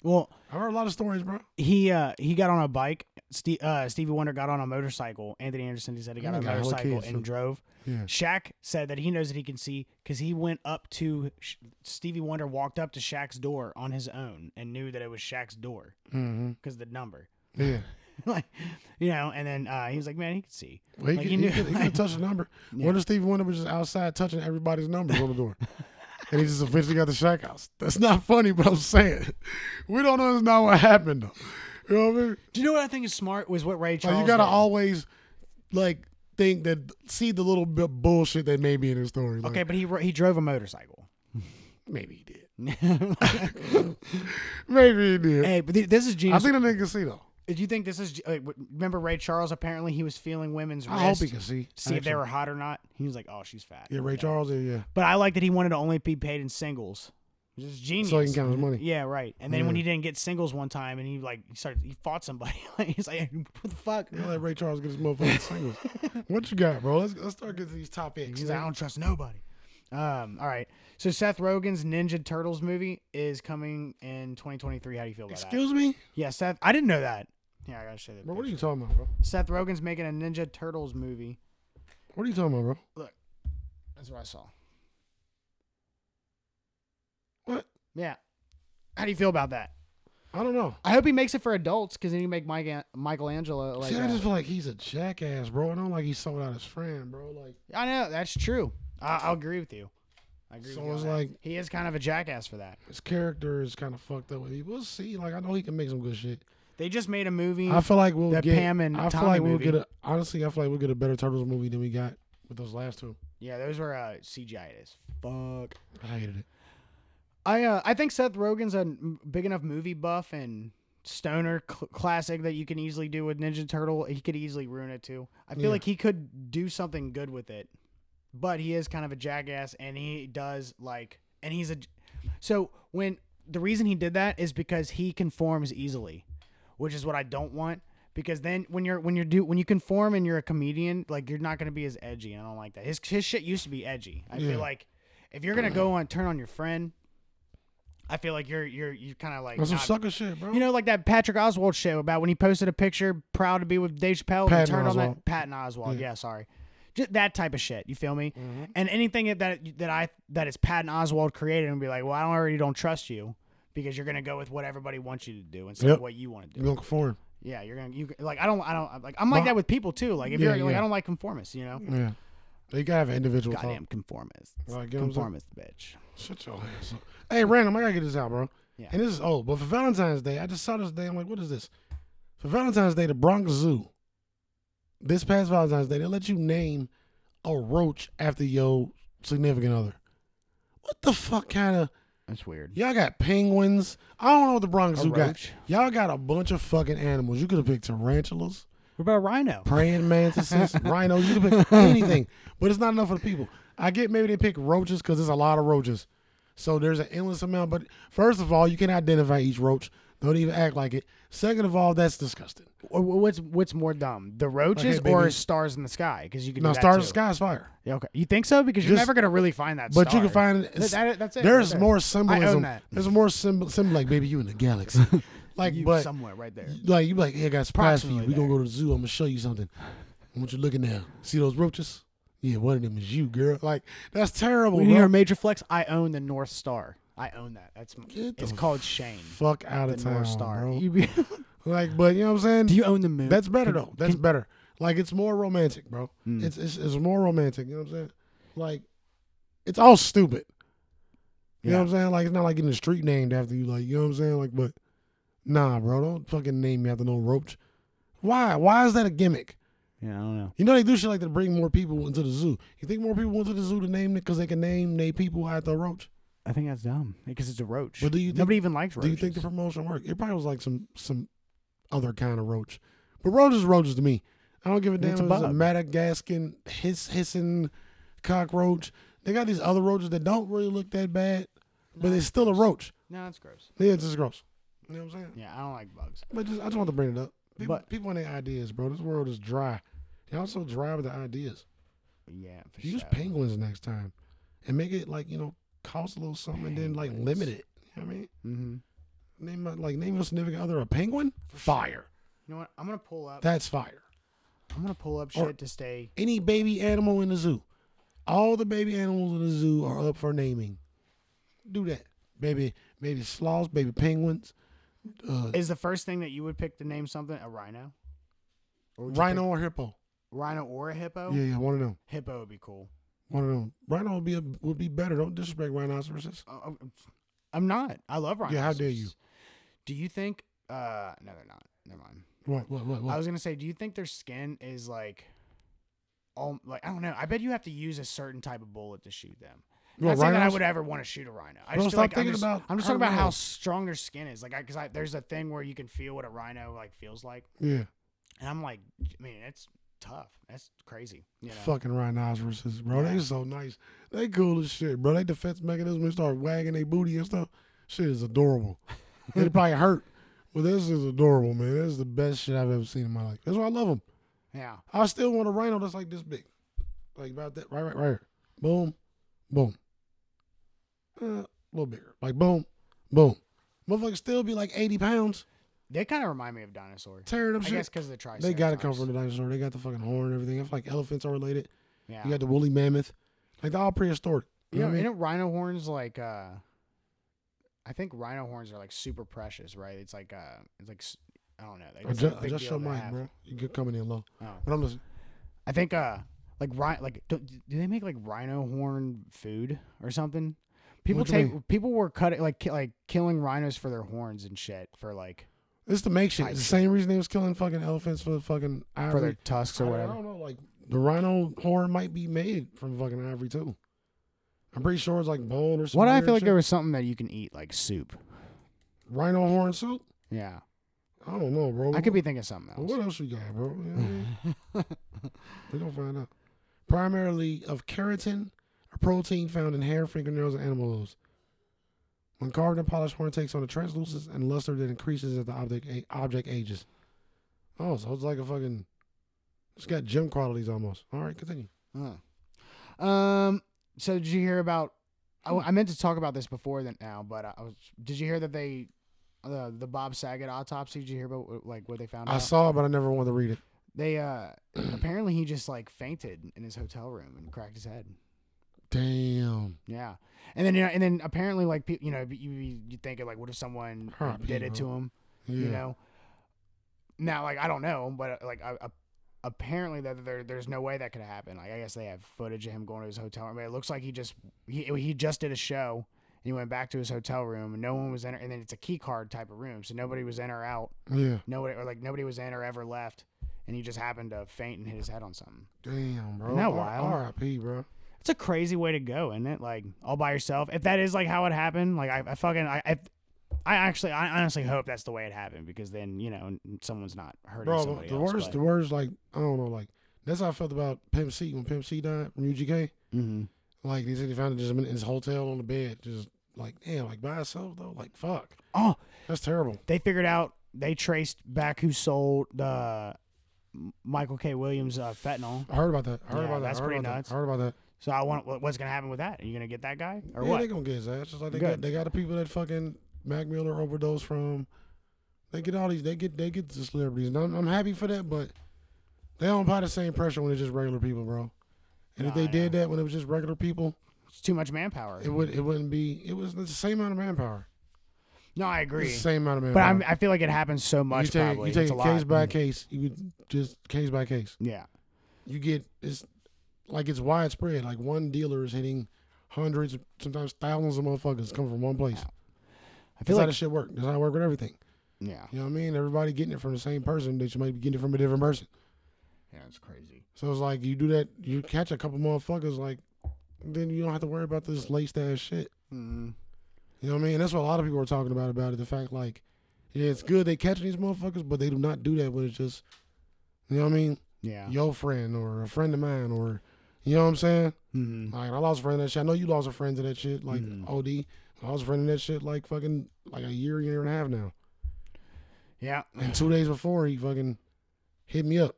S2: Well,
S3: I've heard a lot of stories, bro.
S2: he uh he got on a bike. Ste uh, Stevie Wonder got on a motorcycle. Anthony Anderson he said he got
S3: He
S2: on a
S3: got hella
S2: motorcycle
S3: kids,
S2: and
S3: too.
S2: drove.
S3: Yeah.
S2: Shaq said that he knows that he can see because he went up to Sh- Stevie Wonder walked up to Shaq's door on his own and knew that it was Shaq's door
S3: Mm-hmm.
S2: because the number, *laughs*
S3: Yeah.
S2: like you know. And then uh, he was like, "Man, he can see."
S3: Well, he
S2: Like,
S3: could,
S2: he
S3: he,
S2: knew-
S3: could, he could touch the
S2: *laughs*
S3: number. What if Stevie Wonder was just outside touching everybody's numbers on the
S2: *laughs*
S3: door? and he just eventually got the shack house. That's not funny, but I'm saying. *laughs* We don't know that's not what happened, though. You know what I mean?
S2: Do you know what I think is smart was what Ray Charles.
S3: Like, you got to
S2: did.
S3: always, like, think that, see the little bit bullshit that may be in the story. Like,
S2: okay, but he ro- he drove a motorcycle. *laughs*
S3: Maybe he did.
S2: hey,
S3: Maybe he did.
S2: but th- this is
S3: I
S2: genius.
S3: think the nigga can see, though.
S2: Do you think this is? Uh, w- remember Ray Charles? Apparently, he was feeling women's
S3: I hope
S2: wrist
S3: he can see.
S2: to see if they
S3: actually.
S2: were hot or not. He was like, "Oh, she's fat."
S3: Yeah, Ray
S2: Okay.
S3: Charles, yeah, yeah.
S2: But I like that he wanted to only be paid in singles. Which is genius.
S3: So he can count his money.
S2: Yeah, right. And then when
S3: Yeah.
S2: he didn't get singles one time, and he like he started he fought somebody. *laughs* like, he's like, "What the fuck?"
S3: You let Ray Charles get his motherfucking
S2: *laughs*
S3: singles. what you got, bro? Let's let's start getting to these top picks.
S2: He's like, "I don't trust nobody." Um. All right. So Seth Rogen's Ninja Turtles movie is coming in 2023. How do you feel about
S3: Excuse me,
S2: that? Yeah, Seth. I didn't know that. Yeah, I gotta show that.
S3: bro. What are
S2: picture.
S3: you talking about, bro?
S2: Seth Rogen's making a Ninja Turtles movie.
S3: What are you talking about, bro?
S2: That's what I saw.
S3: What?
S2: Yeah. How do you feel about that?
S3: I don't know.
S2: I hope he makes it for adults because then you make Mike Michelangelo like.
S3: See, I
S2: uh,
S3: just feel like he's a jackass, bro. I don't like he sold out his friend, bro. Like,
S2: I know that's true. I, I'll agree with you. I agree.
S3: So
S2: with you on
S3: it's
S2: that.
S3: like-
S2: he is kind of a jackass for that.
S3: his character is kind of fucked up. With me. We'll see. Like, I know he can make some good shit.
S2: They just made a movie.
S3: I feel like we'll
S2: That
S3: get.
S2: Pam and
S3: I feel
S2: Tommy
S3: like we'll
S2: movie.
S3: get a. Honestly, I feel like we'll get a better Turtles movie than we got with those last two.
S2: yeah, those were uh, CGI as fuck.
S3: I hated it.
S2: I uh, I think Seth Rogen's a m- big enough movie buff and stoner cl- classic that you can easily do with Ninja Turtle. He could easily ruin it too. I feel
S3: Yeah.
S2: like he could do something good with it, but he is kind of a jackass, and he does like, and he's a. j- So when the reason he did that is because he conforms easily, which is what I don't want. because then when you're when you're do when you conform and you're a comedian, like you're not gonna be as edgy. And I don't like that. His his shit used to be edgy. I
S3: Yeah.
S2: feel like if you're gonna go on turn on your friend, I feel like you're you're you kind of like
S3: That's some
S2: not-
S3: sucker shit, bro.
S2: you know, like that Patrick Oswald show about when he posted a picture, proud to be with Dave Chappelle, and
S3: Patton
S2: turned on
S3: Oswalt.
S2: that Patton Oswald. Yeah, sorry, just that type of shit. You feel me?
S3: Mhm.
S2: And anything that that I that is Patton Oswald created, and be like, well, I don't already don't trust you because you're gonna go with what everybody wants you to do instead
S3: Yep.
S2: of what you want to
S3: You
S2: do.
S3: don't conform.
S2: Yeah, you're gonna you like I don't I don't like I'm like
S3: Well,
S2: that with people too. Like if
S3: yeah,
S2: you're like
S3: yeah.
S2: I don't like conformists, you know.
S3: Yeah. You gotta have an individual talk.
S2: Goddamn conformists.
S3: Like, you know what I'm saying?
S2: Conformist bitch.
S3: Shut your ass up. Hey, random, I gotta get this out, bro.
S2: Yeah.
S3: And this is old, but for Valentine's Day, I just saw this day. I'm like, what is this? For Valentine's Day, the Bronx Zoo, this past Valentine's Day, they let you name a roach after your significant other. What the fuck kind of
S2: That's weird.
S3: y'all got penguins? I don't know what the Bronx
S2: A
S3: Zoo
S2: roach?
S3: got. Y'all got a bunch of fucking animals. You could have picked tarantulas,
S2: What about a rhino?
S3: praying mantises,
S2: *laughs*
S3: rhinos. You could pick anything, but it's not enough for the people. I get maybe they pick roaches because there's a lot of roaches, so there's an endless amount. But first of all, you can identify each roach. Don't even act like it. Second of all, that's disgusting.
S2: Or wh- what's what's more dumb, the roaches
S3: Okay,
S2: or
S3: baby.
S2: stars in the sky? Because you can
S3: Now,
S2: do that
S3: stars
S2: too.
S3: of sky's fire,
S2: Yeah, okay. You think so? Because you're
S3: Just-
S2: never gonna really find that.
S3: but you can
S2: star.
S3: find it.
S2: Th- that- that's it.
S3: There's
S2: right there.
S3: more symbolism.
S2: that.
S3: There's more symbol. Symbol like baby, you in the galaxy.
S2: *laughs*
S3: like
S2: You
S3: but
S2: somewhere right there.
S3: like you be like, hey, I got a surprise for you. We
S2: Approximately
S3: gonna go to the zoo. I'm gonna show you something. I want you looking now. See those roaches? Yeah, one of them is you, girl. Like that's terrible.
S2: When you
S3: bro.
S2: hear a major flex, I own the North Star. I own that. That's m-
S3: Get
S2: it's
S3: the
S2: called Shane.
S3: fuck out
S2: The
S3: of town,
S2: North Star.
S3: bro.
S2: You be- *laughs*
S3: Like, but you know what I'm saying?
S2: do you own the moon?
S3: That's better though. That's better. Like, it's more romantic, bro.
S2: Hmm.
S3: It's, it's it's more romantic. You know what I'm saying? Like, it's all stupid. You know what I'm saying? Like, it's not like getting a street named after you. Like, you know what I'm saying? Like, but nah, bro. Don't fucking name me after no roach. Why? Why is that a gimmick?
S2: yeah, I don't know.
S3: You know they do shit like that to bring more people into the zoo. You think more people went to the zoo to name it because they can name they people after a roach?
S2: I think that's dumb because it's a roach.
S3: But do you think-
S2: nobody even likes roaches?
S3: Do you think the promotion worked? It probably was like some some other kind of roach. But roaches is roaches to me. I don't give a damn
S2: It's
S3: if
S2: a
S3: it's a
S2: bug.
S3: Madagascan hiss hissing cockroach. They got these other roaches that don't really look that bad, but it's still a roach.
S2: no, that's gross.
S3: Yeah, it's just gross. You know what I'm saying?
S2: Yeah, I don't like bugs.
S3: But just I just want to bring it up. People,
S2: But-
S3: people and their ideas, bro. This world is dry. Y'all so dry with the ideas.
S2: Yeah, for
S3: Use
S2: sure.
S3: penguins next time, and make it like you know cost a little something, and then like
S2: Penguins.
S3: limit it. You know what I mean?
S2: Mm-hmm. You
S3: Name my- like name your significant other a penguin. Fire.
S2: know what? I'm gonna pull up.
S3: That's fire.
S2: I'm gonna pull up
S3: Or-
S2: shit to stay.
S3: Any baby animal in the zoo. All the baby animals in the zoo are up for naming. Do that. Baby baby sloths, baby penguins. Uh,
S2: Is the first thing that you would pick to name something a rhino? Or would you
S3: rhino or hippo.
S2: pick rhino, or a hippo?
S3: Yeah, yeah, one of them.
S2: Hippo would be cool.
S3: One of them. Rhino would be a, would be better. Don't disrespect rhinoceroses.
S2: Uh, I'm- I'm not. I love rhinos.
S3: Yeah, how dare you.
S2: Do you think? Uh, no, they're not. Never mind.
S3: What what what
S2: I
S3: what?
S2: was gonna say, do you think their skin is like, all like I don't know. I bet you have to use a certain type of bullet to shoot them.
S3: You want
S2: not saying that I
S3: rhinos?
S2: would ever want to shoot a rhino. I
S3: Bro,
S2: just feel
S3: stop
S2: like I'm
S3: thinking
S2: just,
S3: about
S2: I'm just talking
S3: her
S2: about how
S3: rhinos.
S2: strong their skin is. Like, I, cause I, there's a thing where you can feel what a rhino like feels like,
S3: Yeah.
S2: and I'm like, I mean, it's tough. That's crazy. You know?
S3: Fucking rhinoceroses, bro.
S2: Yeah.
S3: They so nice. They cool as shit, bro. They defense mechanism. They start wagging their booty and stuff. Shit is adorable. it probably hurt, but this is adorable, man. This is the best shit I've ever seen in my life. That's why I love them.
S2: Yeah.
S3: I still want a rhino that's like this big, like about that. Right, right, right. Here. Boom, boom. Uh, a little bigger. Like boom, boom. Motherfuckers still be like eighty pounds,
S2: They kind of remind me of dinosaurs.
S3: tearing up
S2: I
S3: shit.
S2: guess because the triceratops.
S3: they gotta come from the dinosaur. They got the fucking horn and everything. I feel like elephants are related.
S2: Yeah.
S3: You got the woolly mammoth. Like they're all prehistoric. You know what I mean?
S2: Isn't rhino horns like? uh I think rhino horns are like super precious, right? It's like uh, it's like s- I don't know. Like, it's like a
S3: Adjust,
S2: big
S3: adjust
S2: deal
S3: your
S2: to
S3: mic,
S2: have.
S3: bro. You could coming in low.
S2: Oh.
S3: But I'm listening.
S2: I think uh, like rhino, like do, do they make like rhino horn food or something? People
S3: What you
S2: take people were cutting like ki- like killing rhinos for their horns and shit for like
S3: It's the make shit.
S2: Type
S3: It's the
S2: shit.
S3: same reason they was killing fucking elephants for the fucking ivory.
S2: for their tusks or
S3: I, don't- I
S2: whatever.
S3: don't know. Like the rhino horn might be made from fucking ivory too. I'm pretty sure it's like bone or something.
S2: What I feel like there was something that you can eat like soup.
S3: rhino horn soup.
S2: Yeah,
S3: I don't know, bro.
S2: I could be thinking of something
S3: Well,
S2: else.
S3: what else you got, bro? You know what I mean? we gonna find out. Primarily of keratin, a protein found in hair, fingernails, and animal hooves. When carved and polished horn takes on a translucence and luster that increases as the object a- object ages. Oh, so it's like a fucking. It's got gym qualities almost. All right, continue.
S2: Huh. Um. So did you hear about? I, I meant to talk about this before that now, but I was. Did you hear that they, the the Bob Saget autopsy? Did you hear about what- like what they found?
S3: I
S2: out?
S3: saw *clears throat* it, but I never wanted to read it.
S2: They uh apparently he just like fainted in his hotel room and cracked his head.
S3: Damn.
S2: Yeah, and then you know, and then apparently like people, you know, you you you thinking like, what if someone
S3: Huh,
S2: did it to
S3: people.
S2: him?
S3: Yeah.
S2: You know. Now, like I don't know, but uh, like I, I, apparently that there there's no way that could happen. Like I guess they have footage of him going to his hotel room. It looks like he just he he just did a show and he went back to his hotel room and no one was in. Or, and then it's a key card type of room, so nobody was in or out.
S3: Yeah.
S2: Nobody or like nobody was in or ever left, and he just happened to faint and hit his head on something.
S3: Damn, bro.
S2: Isn't that
S3: R-
S2: wild?
S3: R.I.P., bro.
S2: It's a crazy way to go, isn't it? Like all by yourself. If that is like how it happened, like I, I fucking I, I, I actually I honestly hope that's the way it happened because then you know n- someone's not hurting
S3: Bro,
S2: somebody
S3: the
S2: else.
S3: worst, the worst, like, I don't know, like, that's how I felt about Pimp C when Pimp C died from UGK.
S2: mm-hmm.
S3: Like, they said they found it just in his hotel on the bed, just like, damn, like by itself, though. Like, fuck.
S2: Oh,
S3: That's terrible.
S2: they figured out they traced back who sold the M- Michael K. Williams uh, fentanyl.
S3: I heard about that. I heard
S2: Yeah,
S3: about that.
S2: that's
S3: I heard
S2: pretty
S3: about that.
S2: nuts.
S3: I heard about that.
S2: So I want what- what's gonna happen with that? Are you gonna get that guy or
S3: yeah,
S2: what?
S3: they gonna get his ass. Just like they
S2: Good.
S3: got, they got the people that fucking Mac Miller overdosed from. They get all these. They get they get the celebrities, and I'm, I'm happy for that. But they don't apply the same pressure when it's just regular people, bro. And if
S2: Nah,
S3: they did
S2: yeah.
S3: that when it was just regular people,
S2: It's too much manpower.
S3: it would it wouldn't be. It was the same amount of manpower.
S2: no, I
S3: It's
S2: agree.
S3: the same amount of
S2: But
S3: manpower.
S2: I'm, I feel like it happens so much.
S3: you take
S2: probably
S3: you take
S2: it's
S3: it
S2: a
S3: case
S2: lot.
S3: by case. You could just case by case.
S2: Yeah.
S3: You get it's like it's widespread. Like one dealer is hitting hundreds, sometimes thousands of motherfuckers coming from one place.
S2: I feel
S3: That's how
S2: like
S3: this shit work. That's how I work with everything.
S2: yeah.
S3: You know what I mean? Everybody getting it from the same person. They just might be getting it from a different person.
S2: Yeah, it's crazy.
S3: So it's like you do that, you catch a couple motherfuckers, like then you don't have to worry about this laced ass shit. Mm-hmm.
S2: Mm.
S3: You know what I mean? And that's what a lot of people are talking about about it. The fact like, yeah, it's good they catching these motherfuckers, but they do not do that when it's just, you know what I mean?
S2: Yeah.
S3: Your friend or a friend of mine or, you know what I'm saying?
S2: Mm-hmm.
S3: Like I lost a friend to that shit. I know you lost a friend to that shit. Like
S2: Mhm.
S3: OD, I lost a friend to that shit. Like fucking like a year, year and a half now.
S2: Yeah.
S3: And two days before, he fucking hit me up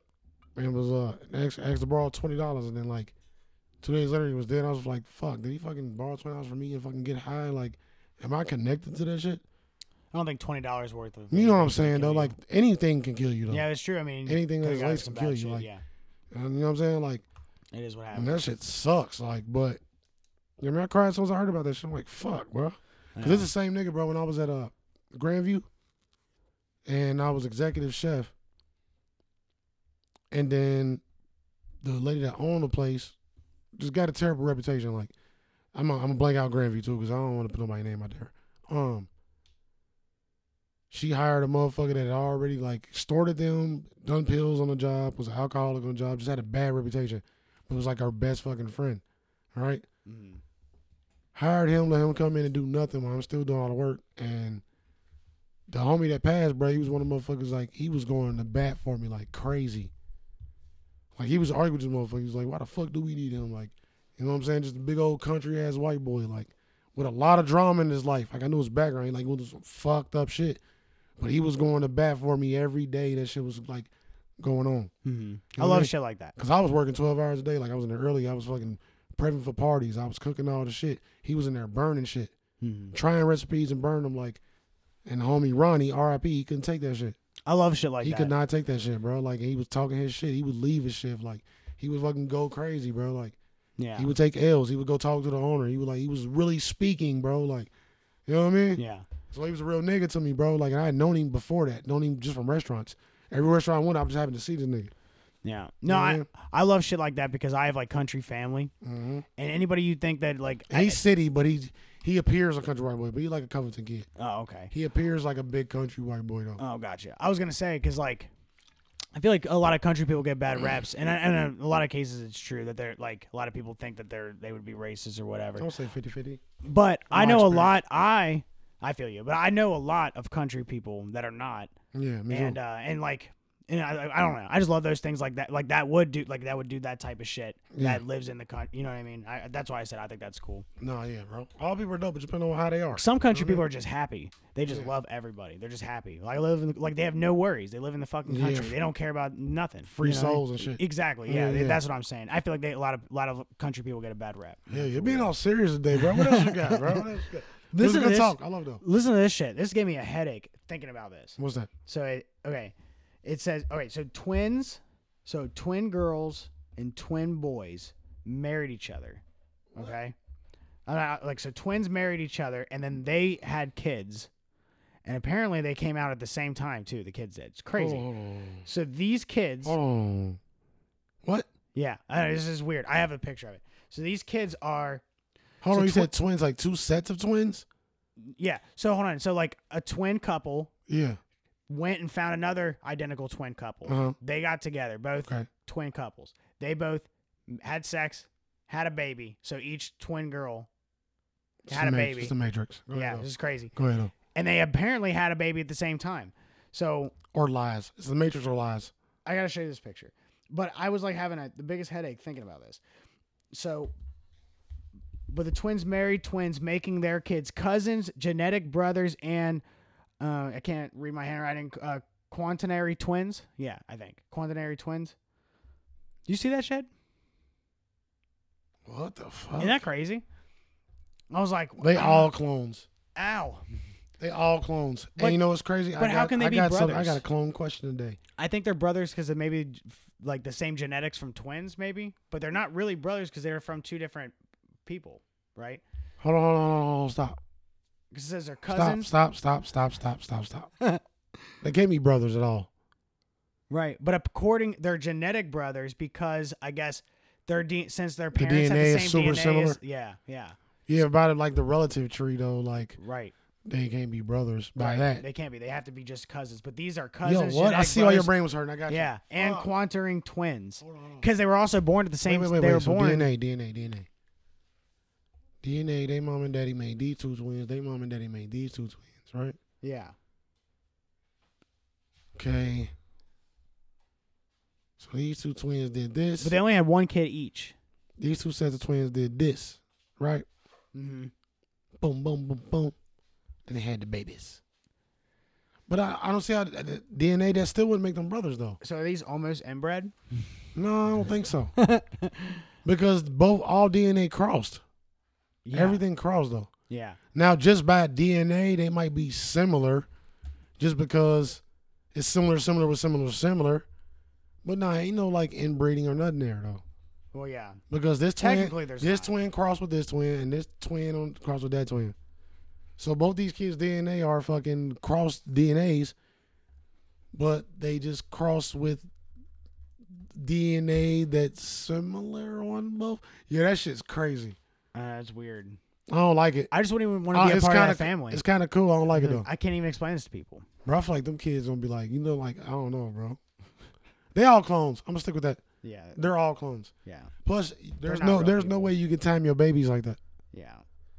S3: and was uh asked, asked to borrow twenty dollars, and then like two days later, he was dead. I was like, fuck, did he fucking borrow twenty dollars from me and fucking get high? Like, am I connected to that shit?
S2: I don't think twenty dollars worth of.
S3: You know what I'm
S2: anything's gonna
S3: saying
S2: kill
S3: though?
S2: you.
S3: Like anything can kill you though.
S2: yeah, it's true. I mean,
S3: anything
S2: could've
S3: that's
S2: gotten
S3: laced
S2: some
S3: can kill
S2: bad
S3: you,
S2: shit,
S3: like-
S2: yeah,
S3: And you know what I'm saying? Like,
S2: it is what
S3: and
S2: happened.
S3: that shit sucks. Like, but I mean, I cried as soon as I heard about that shit. I'm like, fuck, bro.
S2: I
S3: Cause it's
S2: know.
S3: the same nigga, bro. When I was at uh Grandview, and I was executive chef, and then the lady that owned the place just got a terrible reputation. Like, I'm i I'm gonna blank out Grandview too, cause I don't want to put nobody's name out there. Um, she hired a motherfucker that had already like extorted them, done pills on the job, was an alcoholic on the job, just had a bad reputation, but was like our best fucking friend. All right
S2: Mhm.
S3: hired him, let him come in and do nothing while I'm still doing all the work. And the homie that passed, bro, he was one of the motherfuckers like he was going to bat for me like crazy. Like he was arguing with this motherfucker. He was like, why the fuck do we need him? Like, you know what I'm saying? Just a big old country ass white boy, like with a lot of drama in his life. Like I knew his background, he, like was some fucked up shit. But he was going to bat for me every day. That shit was like going on.
S2: Mhm.
S3: You
S2: I
S3: know what I mean?
S2: love shit like that.
S3: Cause I was working twelve hours a day. Like I was in there early. I was fucking prepping for parties. I was cooking all the shit. He was in there burning shit
S2: Mhm.
S3: trying recipes and burn them like and the homie Ronnie, RIP, he couldn't take that shit.
S2: I love shit like
S3: he
S2: that.
S3: could not take that shit, bro. Like he was talking his shit. He would leave his shit. Like he would fucking go crazy, bro. Like *laughs*
S2: Yeah.
S3: he would take L's. He would go talk to the owner. He would like he was really speaking, bro. Like you know what I mean?
S2: yeah.
S3: So he was a real nigga to me, bro. Like and I had known him before that. Known him just from restaurants. Every restaurant I went, I was just happened to see this nigga.
S2: Yeah. No,
S3: know what I
S2: I
S3: mean?
S2: I love shit like that because I have like country family
S3: Mm-hmm.
S2: and anybody you think that like. I-
S3: He's city, but he's he appears a country white boy, but he like a Covington kid.
S2: oh okay.
S3: He appears like a big country white boy though.
S2: Oh gotcha. I was gonna say because like. I feel like a lot of country people get bad raps, and, I, and in a lot of cases it's true that they're like a lot of people think that they're they would be racist or whatever.
S3: Don't say 50-50.
S2: But I know a
S3: experience.
S2: lot. I I feel you, but I know a lot of country people that are not,
S3: Yeah, me too.
S2: and uh, and like and I, I- I don't know. I just love those things like that. Like that would do like that would do that type of shit
S3: Yeah.
S2: that lives in the country. You know what I mean? I, that's why I said I think that's cool.
S3: No, yeah, bro. All people are dope, it depends on how they are.
S2: Some country people are just happy. They just
S3: Mm-hmm. Yeah.
S2: love everybody. They're just happy. Like live in, like they have no worries. They live in the fucking
S3: Yeah,
S2: country.
S3: f-
S2: They don't care about nothing.
S3: Free
S2: you know what I mean?
S3: souls and shit.
S2: Exactly.
S3: Yeah,
S2: Yeah,
S3: yeah.
S2: that's what I'm saying. I feel like they, a lot of a lot of country people get a bad rap.
S3: Yeah, you're being all serious today, bro. What else you got, bro? What else you got? This,
S2: *laughs* Listen
S3: is
S2: to
S3: good
S2: this.
S3: talk. I love though.
S2: Listen to this shit. This gave me a headache thinking about this.
S3: What's that?
S2: So it, okay, it says okay. So twins, so twin girls and twin boys married each other. Okay, And I- like so twins married each other and then they had kids, and apparently they came out at the same time too. The kids did. It's crazy.
S3: Hold on.
S2: So these kids,
S3: Hold on. What?
S2: yeah, I know, this is weird. I have a picture of it. So these kids are
S3: Hold
S2: So
S3: on. You
S2: twi-
S3: said twins, like two sets of twins?
S2: yeah. So hold on. So like a twin couple
S3: Yeah.
S2: went and found another identical twin couple.
S3: Uh-huh.
S2: They got together, both
S3: Okay.
S2: twin couples. They both m- had sex, had a baby. So each twin girl
S3: It's
S2: had
S3: the
S2: a
S3: ma-
S2: baby.
S3: It's the Matrix. Go
S2: yeah,
S3: Ahead,
S2: this is crazy.
S3: though. Go ahead. though.
S2: And they apparently had a baby at the same time. So
S3: Or lies. It's the Matrix or lies.
S2: I got to show you this picture. But I was like having a, the biggest headache thinking about this. So, but the twins married twins making their kids cousins, genetic brothers, and uh, I can't read my handwriting. Uh, quaternary twins. Yeah, I think quaternary twins. You see that shit?
S3: What the fuck?
S2: Isn't that crazy? I was like,
S3: they
S2: "Ah,
S3: all clones.
S2: ow.
S3: They all clones.
S2: But-
S3: and you know what's crazy? I
S2: but how
S3: got-
S2: can they
S3: I
S2: be
S3: got some- I
S2: brothers?
S3: got a clone question today.
S2: I think they're brothers because of maybe like the same genetics from twins, maybe, but they're not really brothers because they're from two different people, right?
S3: Hold on, hold on, hold on, hold on. Stop.
S2: Because it says they're cousins,
S3: Stop, stop, stop, stop, stop, stop, stop.
S2: *laughs*
S3: they can't be brothers at all.
S2: right? But according, they're genetic brothers because I guess their D since their parents have
S3: DNA
S2: the
S3: is
S2: same
S3: super
S2: DNA.
S3: similar.
S2: As, yeah, yeah,
S3: Yeah, about it like the relative tree though, like
S2: right.
S3: they can't be brothers by
S2: right.
S3: that.
S2: They can't be. They have to be just cousins. But these are
S3: Yo,
S2: cousins.
S3: what? I
S2: genetic
S3: see why your
S2: brothers.
S3: brain was hurting. I got
S2: Yeah,
S3: you.
S2: and
S3: Fuck.
S2: quantering twins
S3: Hold on, hold on.
S2: because they were also born at the same.
S3: wait, wait, wait,
S2: they
S3: wait.
S2: were
S3: so
S2: born.
S3: DNA, DNA, DNA. DNA, they mom and daddy made these two twins. They mom and daddy made these two twins, right?
S2: Yeah.
S3: Okay. So these two twins did this.
S2: But they only had one kid each.
S3: these two sets of twins did this, right?
S2: Mm-hmm.
S3: Boom, boom, boom, boom. Then they had the babies. But I, I don't see how the- the DNA that still wouldn't make them brothers though.
S2: So are these almost inbred?
S3: No, I don't think so. because both all DNA crossed.
S2: Yeah.
S3: Everything crossed though.
S2: Yeah.
S3: Now, just by DNA, they might be similar, just because it's similar, similar with similar, similar. But nah, ain't no like inbreeding or nothing there though,
S2: Well, yeah.
S3: because this
S2: Technically,
S3: twin,
S2: there's
S3: this
S2: not.
S3: twin crossed with this twin, and this twin on crossed with that twin. So both these kids' DNA are fucking crossed DNAs, but they just crossed with DNA that's similar on both. Yeah, that shit's crazy.
S2: Uh, that's weird.
S3: I don't like it.
S2: I just wouldn't even want
S3: Oh,
S2: to be a
S3: it's
S2: part
S3: kinda,
S2: of that family. Mm-hmm.
S3: It's kind of cool. I don't like it though.
S2: I can't even explain this to people.
S3: Bro, I feel like them kids gonna be like, you know, like I don't know, bro. *laughs* They all clones. I'm gonna stick with that.
S2: Yeah.
S3: They're all clones.
S2: Yeah.
S3: Plus, there's
S2: not
S3: no,
S2: real
S3: there's no
S2: people.
S3: way you can time your babies like that.
S2: Yeah.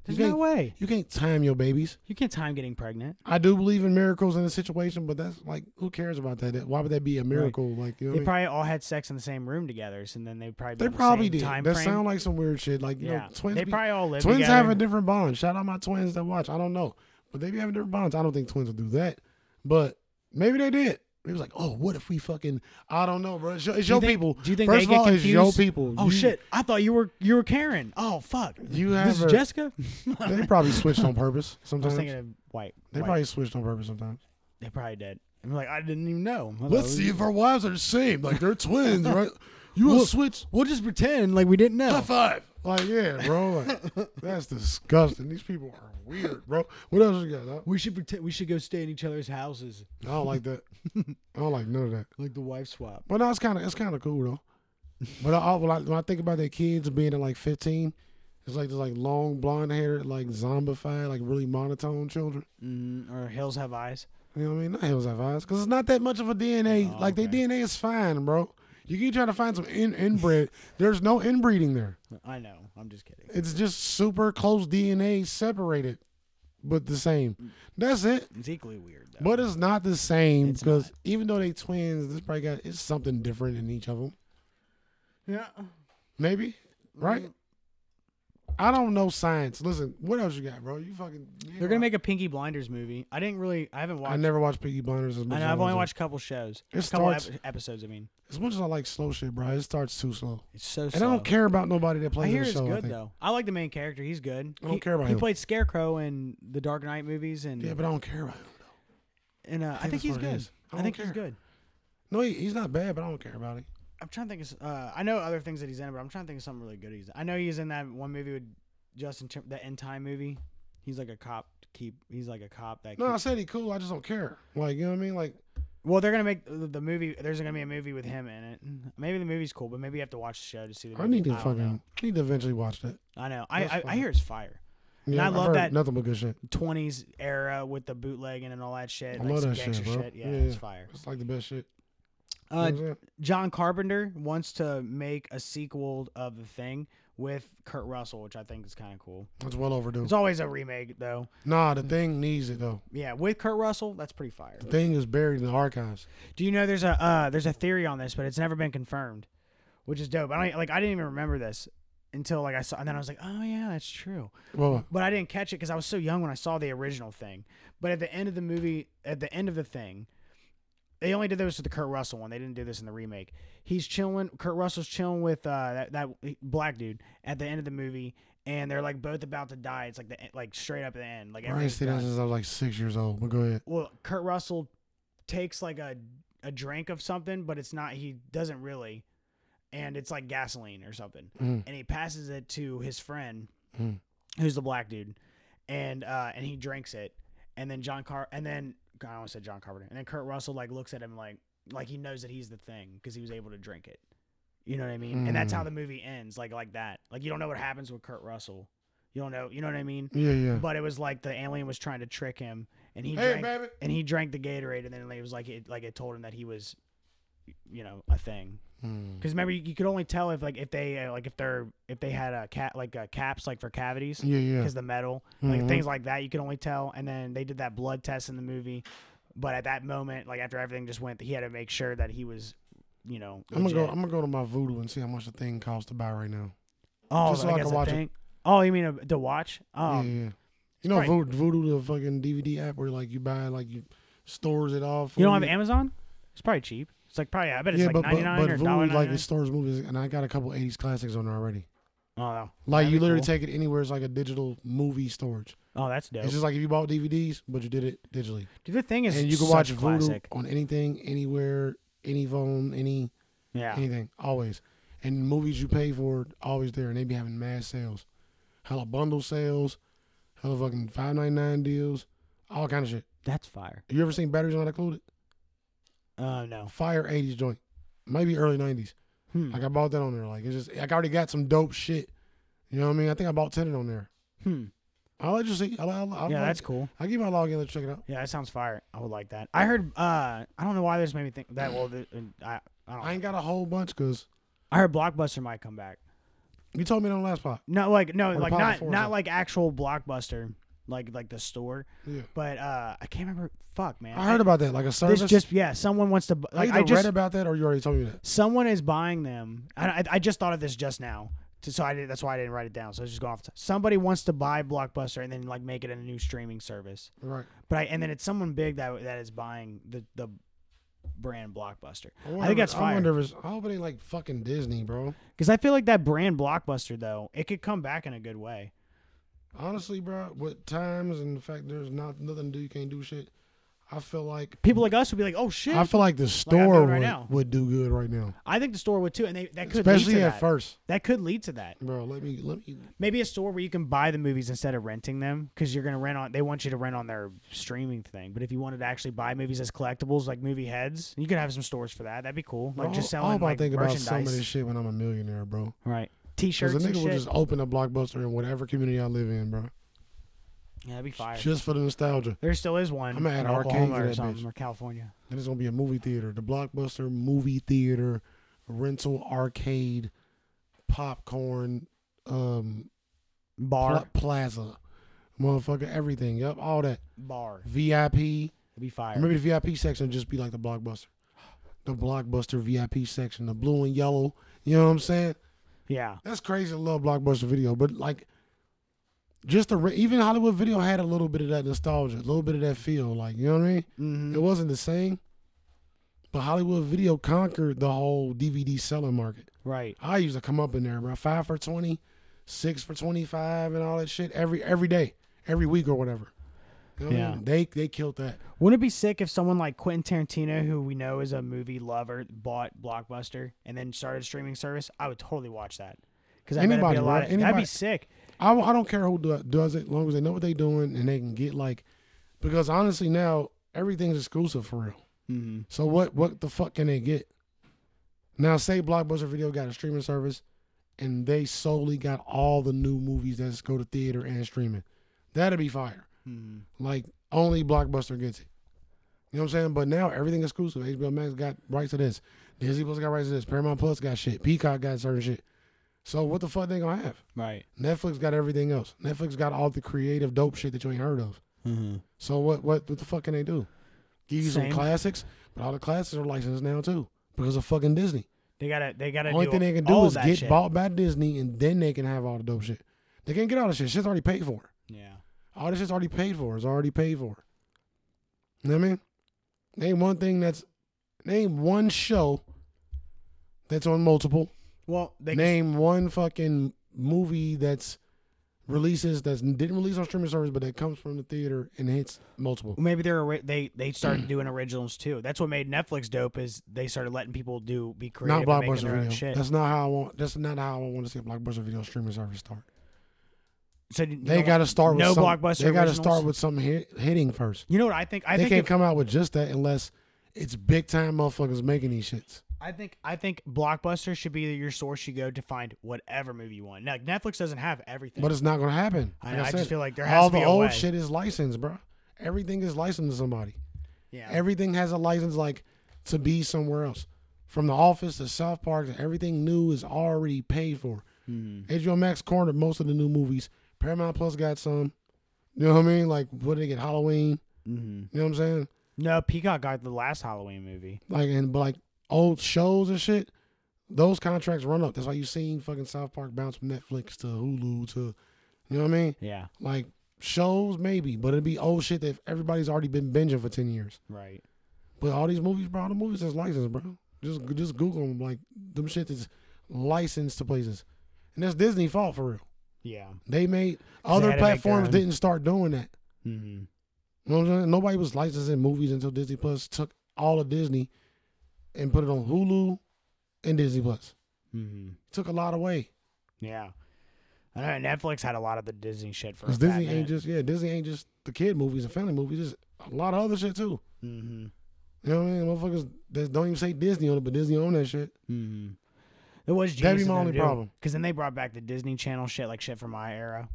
S2: There's
S3: can't-
S2: no way.
S3: You can't time your babies.
S2: You can't time getting pregnant.
S3: I do believe in miracles in a situation, but that's like, who cares about that? That- Why would that be a miracle? Like, you know
S2: They
S3: what
S2: probably all had sex in the same room together, so then they
S3: I
S2: probably
S3: mean?
S2: been
S3: They
S2: the
S3: probably
S2: same
S3: did.
S2: Time
S3: That
S2: frame.
S3: sound like some weird shit. Like, you
S2: yeah.
S3: know, twins.
S2: they
S3: be-
S2: probably all live
S3: twins
S2: together.
S3: have a different bond. Shout out my twins that watch. I don't know, but they be having different bonds. I don't think twins will do that, but maybe they did. It was like, oh, what if we fucking? I don't know, bro. It's your, it's
S2: Do you
S3: your
S2: think-
S3: people.
S2: Do you think
S3: First
S2: they
S3: of all,
S2: get
S3: it's your
S2: confused?
S3: people.
S2: Oh
S3: You-
S2: shit! I thought you were you were Karen. Oh fuck!
S3: You
S2: this
S3: have
S2: is
S3: a-
S2: Jessica.
S3: *laughs* They probably switched on purpose
S2: *laughs* I was
S3: sometimes.
S2: thinking of white.
S3: they
S2: white.
S3: probably switched on purpose sometimes.
S2: they probably did. I'm like I didn't even know. I was
S3: Let's
S2: like,
S3: see if our wives are the same. Like they're twins, right? Oh, *laughs* You will switch.
S2: We'll just pretend like we didn't know.
S3: High five. Like yeah, bro. *laughs* Like, that's disgusting. These people are weird, bro. What else you got? dog?
S2: We should pretend. We should go stay in each other's houses,
S3: I don't like that. I don't like none of that.
S2: like the wife swap.
S3: But no, it's kind of it's kind of cool though. But I, I- when, I, when I think about their kids being at like 15, it's like this like long blonde haired like zombified like really monotone children.
S2: Mm, or hills have eyes.
S3: You know what I mean? Not hills have eyes because it's not that much of a DNA.
S2: Oh,
S3: like their
S2: okay.
S3: DNA is fine, bro. You keep trying to find some in, inbred. There's no inbreeding there.
S2: I know. I'm just kidding.
S3: It's just super close DNA separated. but the same. That's it.
S2: It's equally weird though.
S3: But it's not the same
S2: It's
S3: because even though they twins, this probably got it's something different in each of them.
S2: yeah.
S3: Maybe, right?
S2: Mm.
S3: I don't know science. Listen, what else you got, bro? You fucking. you
S2: They're gonna make a Pinky Blinders movie. I didn't really. I haven't watched.
S3: I never watched Peaky Blinders as much. as
S2: I know,
S3: I
S2: I've only
S3: watch
S2: watched a couple shows.
S3: It
S2: a couple
S3: starts-
S2: ep- episodes. I mean,
S3: it. as much as I like slow shit, bro. It starts too slow,
S2: it's so.
S3: and I don't care about nobody that
S2: I
S3: plays in
S2: hear
S3: the
S2: it's
S3: show. I
S2: good
S3: think.
S2: though. I like the main character. He's good.
S3: I don't
S2: He-
S3: care about
S2: He
S3: him.
S2: played Scarecrow in the Dark Knight movies, and
S3: Yeah, but I don't care about him.
S2: and uh, I think,
S3: that's
S2: he's
S3: what it
S2: good.
S3: is. I
S2: I,
S3: don't
S2: think he's
S3: care.
S2: good.
S3: No, he, he's not bad, but I don't care about him.
S2: I'm trying to think. Of, s- uh, I know other things that he's in, but I'm trying to think of something really good he's. I know he's in that one movie with Justin Tim- that End Time movie. He's like a cop. Keep. He's like a cop that.
S3: No, I
S2: keep-
S3: said he cool. I just don't care. Like you know what I mean? Like
S2: well, they're gonna make the the movie. There's gonna be a movie with him in it. Maybe the movie's cool, but maybe you have to watch the show to see the. Movie.
S3: I need to
S2: don't
S3: fucking.
S2: know.
S3: I need to eventually watch that.
S2: I know. I
S3: That's
S2: I, I
S3: fine.
S2: hear it's fire.
S3: Yeah,
S2: I
S3: I've
S2: love
S3: heard
S2: that-
S3: Nothing but good shit.
S2: 20s era with the bootlegging and all that shit.
S3: I
S2: like
S3: love
S2: some
S3: that shit,
S2: gangster
S3: bro.
S2: shit. Yeah,
S3: Yeah,
S2: it's
S3: yeah.
S2: fire.
S3: It's like the best shit. You know
S2: Uh,
S3: what I'm saying?
S2: John Carpenter wants to make a sequel of The Thing with Kurt Russell, which I think is kind of cool.
S3: It's well overdue.
S2: It's always a remake, though.
S3: Nah, the thing needs it though.
S2: Yeah, with Kurt Russell, that's pretty fire.
S3: The thing is buried in the archives.
S2: Do you know there's a uh, there's a theory on this, but it's never been confirmed, which is dope. I don't, like I didn't even remember this until like I saw, and then I was like, oh yeah, that's true.
S3: Well,
S2: but I didn't catch it because I was so young when I saw the original thing. But at the end of the movie, at the end of the thing, they only did this with the Kurt Russell one. They didn't do this in the remake. He's chilling. Kurt Russell's chilling with uh, that that black dude at the end of the movie, and they're like both about to die. It's like the like straight up at the end. Like
S3: I ain't
S2: everything's
S3: seen that
S2: done.
S3: since I was like six years old. But go ahead.
S2: well, Kurt Russell takes like a a drink of something, but it's not. He doesn't really, and it's like gasoline or something
S3: Mm.
S2: and he passes it to his friend,
S3: Hmm.
S2: who's the black dude, and uh, and he drinks it, and then John Car and then God, I almost said John Carpenter, and then Kurt Russell like looks at him like like he knows that he's the thing because he was able to drink it, you know what I mean? And that's how
S3: Hmm.
S2: the movie ends, like like that. Like you don't know what happens with Kurt Russell, you don't know, you know what I mean?
S3: Yeah, yeah.
S2: But it was like the alien was trying to trick him, and he
S3: hey,
S2: drank
S3: baby.
S2: and he drank the Gatorade, and then it was like it like it told him that he was, you know, a thing.
S3: Mm.
S2: Because remember, you, you could only tell if like if they uh, like if they're if they had a cat like uh, caps like for cavities
S3: Yeah, yeah.
S2: because the metal like
S3: Mhm.
S2: things like that you could only tell. And then they did that blood test in the movie, but at that moment, like after everything just went, he had to make sure that he was, you know,
S3: I'm gonna go.
S2: legit.
S3: I'm gonna go to my voodoo and see how much the thing costs to buy right now.
S2: oh,
S3: just so
S2: like
S3: I can
S2: as a
S3: watch it.
S2: thing? Oh, you mean uh, to watch? Um,
S3: yeah, yeah. You know,
S2: probably-
S3: voodoo, voodoo, the fucking DVD app where like you buy like you stores it off.
S2: you don't have Amazon? It's probably cheap. It's like probably I bet it's
S3: yeah,
S2: like
S3: but,
S2: ninety
S3: but,
S2: nine
S3: but
S2: or dollar
S3: voodoo like
S2: ninety nine.
S3: it stores movies, and I got a couple '80s classics on there already.
S2: Oh, no.
S3: Like
S2: That'd
S3: you
S2: be
S3: literally
S2: cool.
S3: take it anywhere. It's like a digital movie storage.
S2: oh, that's dope.
S3: It's just like if you bought DVDs, but you did it digitally,
S2: Dude, the thing is,
S3: and you can
S2: such
S3: watch Voodoo
S2: classic.
S3: on anything, anywhere, any phone, any
S2: Yeah,
S3: anything, always. And movies you pay for, always there, and they be having mass sales, hella bundle sales, hella fucking five ninety nine deals, all kind of shit.
S2: that's fire.
S3: You ever seen batteries not included? Oh,
S2: Uh, no.
S3: Fire eighties joint, maybe early nineties.
S2: Hmm.
S3: Like I bought that on there. Like it's just like I already got some dope shit. You know what I mean? I think I bought ten on there.
S2: hmm.
S3: I'll let you see. I'll, I'll, I'll,
S2: Yeah, that's cool.
S3: I'll give you my login. Let's check it out.
S2: Yeah, that sounds fire. I would like that. I heard. uh I don't know why this made me think that. Well, the, uh, I I don't.
S3: I
S2: know.
S3: ain't got a whole bunch because
S2: I heard Blockbuster might come back.
S3: you told me that on the last spot.
S2: No, like no,
S3: Or
S2: like
S3: Apollo
S2: not
S3: Forza.
S2: not like actual Blockbuster, like like the store.
S3: Yeah.
S2: But uh I can't remember. Fuck man,
S3: I heard about that. Like a service.
S2: this. Just yeah, someone wants to. bu- Like
S3: I either
S2: I just
S3: read about that or you already told me that.
S2: someone is buying them. I, I, I just thought of this just now. To, so I did, that's why I didn't write it down. So it's just going off. The, somebody wants to buy Blockbuster and then like make it a new streaming service.
S3: Right.
S2: But I and then it's someone big that that is buying the the brand Blockbuster.
S3: I, wonder
S2: I think
S3: if-
S2: that's
S3: I
S2: fire.
S3: wonder if it's. I hope it ain't like fucking Disney, bro.
S2: Because I feel like that brand blockbuster though, it could come back in a good way.
S3: Honestly, bro, with times and the fact there's not nothing to do, you can't do shit. I feel like
S2: People like us would be like, "Oh shit!"
S3: I
S2: I,
S3: feel like the
S2: doing
S3: store
S2: right
S3: would,
S2: now.
S3: would do good right now,
S2: think the store would too, and they, that could
S3: especially
S2: lead
S3: at
S2: to that.
S3: first,
S2: That could lead to that.
S3: bro. Let me let me.
S2: Maybe a store where you can buy the movies instead of renting them, because you're gonna rent on. They want you to rent on their streaming thing. But if you wanted to actually buy movies as collectibles, like movie heads, you could have some stores for that. That'd be cool. Like
S3: bro,
S2: just
S3: I
S2: selling
S3: hope I
S2: like
S3: think Oh, about
S2: merchandise,
S3: some of this shit when I'm a millionaire, bro.
S2: right?
S3: Because
S2: T-shirts
S3: the
S2: and
S3: nigga
S2: shit.
S3: would just open a blockbuster in whatever community I live in, bro,
S2: yeah, that'd be fire.
S3: just for the nostalgia.
S2: there still is one.
S3: I'ma add
S2: in
S3: an arcade
S2: Oklahoma
S3: to
S2: or
S3: that
S2: something,
S3: bitch.
S2: or California.
S3: Then it's gonna be a movie theater, the blockbuster movie theater, rental arcade, popcorn, um,
S2: Bar.
S3: pla- plaza, motherfucker, everything. Yep, all that.
S2: Bar.
S3: VIP.
S2: It'd be fire.
S3: Remember the VIP section just be like the blockbuster. The blockbuster VIP section, the blue and yellow. You know what I'm saying?
S2: yeah.
S3: That's crazy. I love blockbuster video, but like, just the re- even Hollywood video had a little bit of that nostalgia, a little bit of that feel. Like, you know what I mean?
S2: Mhm.
S3: It wasn't the same, but Hollywood video conquered the whole DVD selling market.
S2: Right.
S3: I used to come up in there, bro. Five for twenty, six for twenty-five, and all that shit every every day, every week or whatever. You know what I
S2: Yeah.
S3: mean? they they killed that.
S2: Wouldn't it be sick if someone like Quentin Tarantino, who we know is a movie lover, bought Blockbuster and then started a streaming service? I would totally watch that. Because I bet it'd
S3: Anybody,
S2: be a lot.
S3: right?
S2: Of, that'd be
S3: Anybody-
S2: sick.
S3: I, I don't care who do, does it, long as they know what they're doing and they can get like, because honestly now everything's exclusive for real.
S2: Mm-hmm.
S3: So what what the fuck can they get? Now say Blockbuster Video got a streaming service, and they solely got all the new movies that go to theater and streaming. That'd be fire.
S2: Mm-hmm.
S3: Like only Blockbuster gets it. You know what I'm saying? But now everything exclusive. HBO Max got rights to this. Disney Plus got rights to this. Paramount Plus got shit. Peacock got certain shit. So what the fuck they gonna have?
S2: Right.
S3: Netflix got everything else. Netflix got all the creative dope shit that you ain't heard of. So what what what the fuck can they do? Give you
S2: Same.
S3: some classics, but all the classics are licensed now too because of fucking Disney.
S2: They gotta. They gotta.
S3: Only
S2: do
S3: thing they can do
S2: all
S3: is
S2: that
S3: get
S2: shit.
S3: bought by Disney and then they can have all the dope shit. They can't get all the shit. Shit's already paid for.
S2: Yeah.
S3: All this shit's already paid for. It's already paid for. You know what I mean? Name one thing that's name one show that's on multiple.
S2: Well, they can-
S3: name one fucking movie that's releases that's didn't release on streaming service but that comes from the theater and hits multiple.
S2: maybe they're ori- they
S3: *clears throat*
S2: they started doing originals too. That's what made Netflix dope. Is they started letting people do be
S3: Not
S2: creative, and making
S3: blockbuster
S2: their own
S3: video.
S2: shit.
S3: That's not how I want. That's not how I want to see a blockbuster video streaming service start.
S2: so you know
S3: They
S2: what?
S3: got to start with
S2: no
S3: some,
S2: blockbuster.
S3: They got to
S2: originals?
S3: start with something hit, hitting first.
S2: You know what I think? I
S3: they
S2: think
S3: can't
S2: if-
S3: come out with just that unless it's big time motherfuckers making these shits.
S2: I think I think Blockbuster should be your source you go to find whatever movie you want. Now, Netflix doesn't have everything.
S3: But it's not gonna happen.
S2: I-
S3: Like
S2: I just
S3: said,
S2: feel like there has
S3: all
S2: to be
S3: the
S2: a
S3: old
S2: way.
S3: shit is licensed, bro. Everything is licensed to somebody.
S2: yeah,
S3: Everything has a license, like to be somewhere else. From the office to South Park, to everything new is already paid for.
S2: Mm-hmm.
S3: HBO Max cornered most of the new movies. Paramount Plus got some. You know what I mean? Like, what did they get? Halloween.
S2: mm-hmm.
S3: You know what I'm saying?
S2: no, Peacock got the last Halloween movie.
S3: Like, and but like old shows and shit. Those contracts run up. That's why you seen fucking South Park bounce from Netflix to Hulu to. You know what I mean?
S2: Yeah,
S3: Like shows maybe, but it'd be old shit that everybody's already been binging for ten years.
S2: right.
S3: But all these movies, bro, all the movies is licensed, bro. Just just Google them, like them shit is licensed to places, and that's Disney fault for real.
S2: Yeah.
S3: They made
S2: they
S3: other
S2: had to make their
S3: platforms
S2: own.
S3: didn't start doing that.
S2: Mm-hmm.
S3: You know what I'm saying? Nobody was licensing movies until Disney Plus took all of Disney and put it on Hulu and Disney Plus.
S2: Mm-hmm.
S3: Took a lot away.
S2: Yeah. I know Netflix had a lot of the Disney shit for a
S3: 'Cause
S2: fat
S3: Disney ain't
S2: minute.
S3: just yeah, Disney ain't just the kid movies and family movies. It's a lot of other shit too.
S2: Mm-hmm.
S3: You know what I mean? Motherfuckers that don't even say Disney on it, but Disney own that shit.
S2: Mm-hmm. It was
S3: That'd be my only problem.
S2: Because then they brought back the Disney Channel shit, like shit from my era.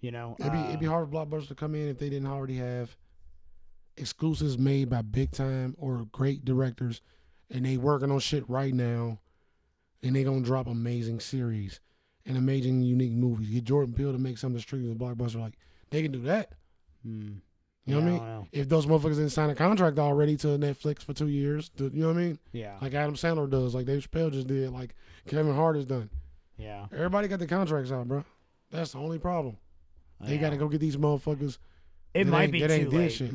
S2: You know,
S3: It'd be, it'd be
S2: uh,
S3: hard for Blockbuster to come in if they didn't already have exclusives made by big time or great directors, and they working on shit right now, and they gonna drop amazing series and amazing unique movies. Get Jordan Peele to make something streaming with Blockbuster, like they can do that.
S2: mm.
S3: You know what
S2: Yeah, I
S3: I
S2: don't
S3: mean?
S2: know.
S3: If those motherfuckers didn't sign a contract already to Netflix for two years, th- you know what I mean?
S2: yeah,
S3: Like Adam Sandler does, like Dave Chappelle just did, like Kevin Hart has done.
S2: yeah.
S3: Everybody got the contracts out, bro. That's the only problem. They
S2: yeah.
S3: gotta go get these motherfuckers.
S2: It
S3: that
S2: might
S3: ain't-
S2: be
S3: that ain't
S2: too
S3: did
S2: late. Mm.
S3: shit.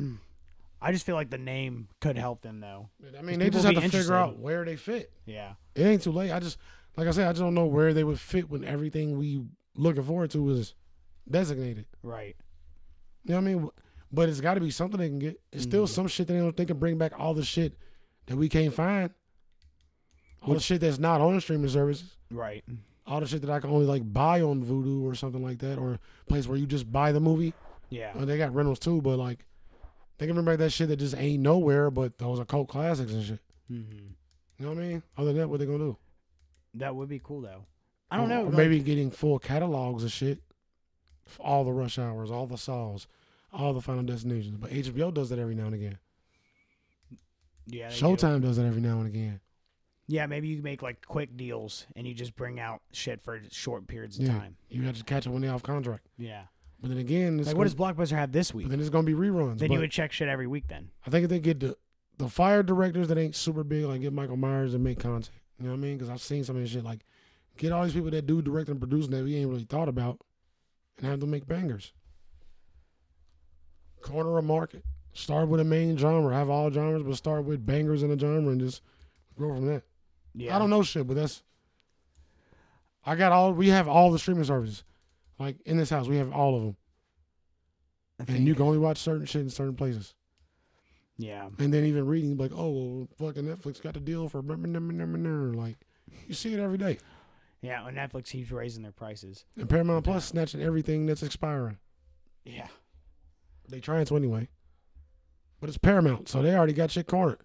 S2: I just feel like the name could help them though.
S3: I
S2: Because
S3: mean, they
S2: people
S3: just have
S2: will
S3: to
S2: be interested.
S3: figure out where they fit.
S2: Yeah.
S3: It ain't too late. I just, like I said, I just don't know where they would fit when everything we looking forward to is designated.
S2: Right.
S3: You know what I mean? But it's got to be something they can get. It's
S2: Mm.
S3: still some shit that they don't. They can bring back all the shit that we can't find. All the shit that's not on streaming services.
S2: Right.
S3: All the shit that I can only like buy on Vudu or something like that, or a place where you just buy the movie.
S2: Yeah.
S3: Oh, they got rentals too, but like they can bring back that shit that just ain't nowhere. But those are cult classics and shit. Mm-hmm.
S2: hmm
S3: You know what I mean? Other than that, what they gonna do?
S2: That would be cool though. I don't know.
S3: Or
S2: like-
S3: maybe getting full catalogs of shit. For all the rush hours, all the saws, all the final destinations. But HBO does that every now and again.
S2: yeah. they do.
S3: Showtime does that every now and again.
S2: Yeah. Maybe you make like quick deals and you just bring out shit for short periods of
S3: Yeah.
S2: time.
S3: You have to catch it when they off contract.
S2: Yeah.
S3: But then again, it's
S2: Like,
S3: gonna-
S2: what does Blockbuster have this week?
S3: but then it's gonna be reruns.
S2: Then
S3: but
S2: you would check shit every week. Then
S3: I think if they get the the fire directors that ain't super big, like get Michael Myers and make content. You know what I mean? Because I've seen some of this shit. Like get all these people that do directing and producing that we ain't really thought about, and have them make bangers. Corner a market. Start with a main genre. Have all genres, but start with bangers in a genre and just grow from that.
S2: yeah,
S3: I don't know shit, but that's. I got all. We have all the streaming services, like in this house. We have all of them,
S2: I
S3: and you can only watch certain shit in certain places.
S2: yeah,
S3: And then even reading, like, oh, well, fucking Netflix got the deal for blah, blah, blah, blah, blah, blah. like, you see it every day.
S2: yeah. On Netflix keeps raising their prices.
S3: And Paramount Plus snatching everything that's expiring.
S2: Yeah,
S3: They trying to anyway, but it's Paramount, so they already got shit cornered.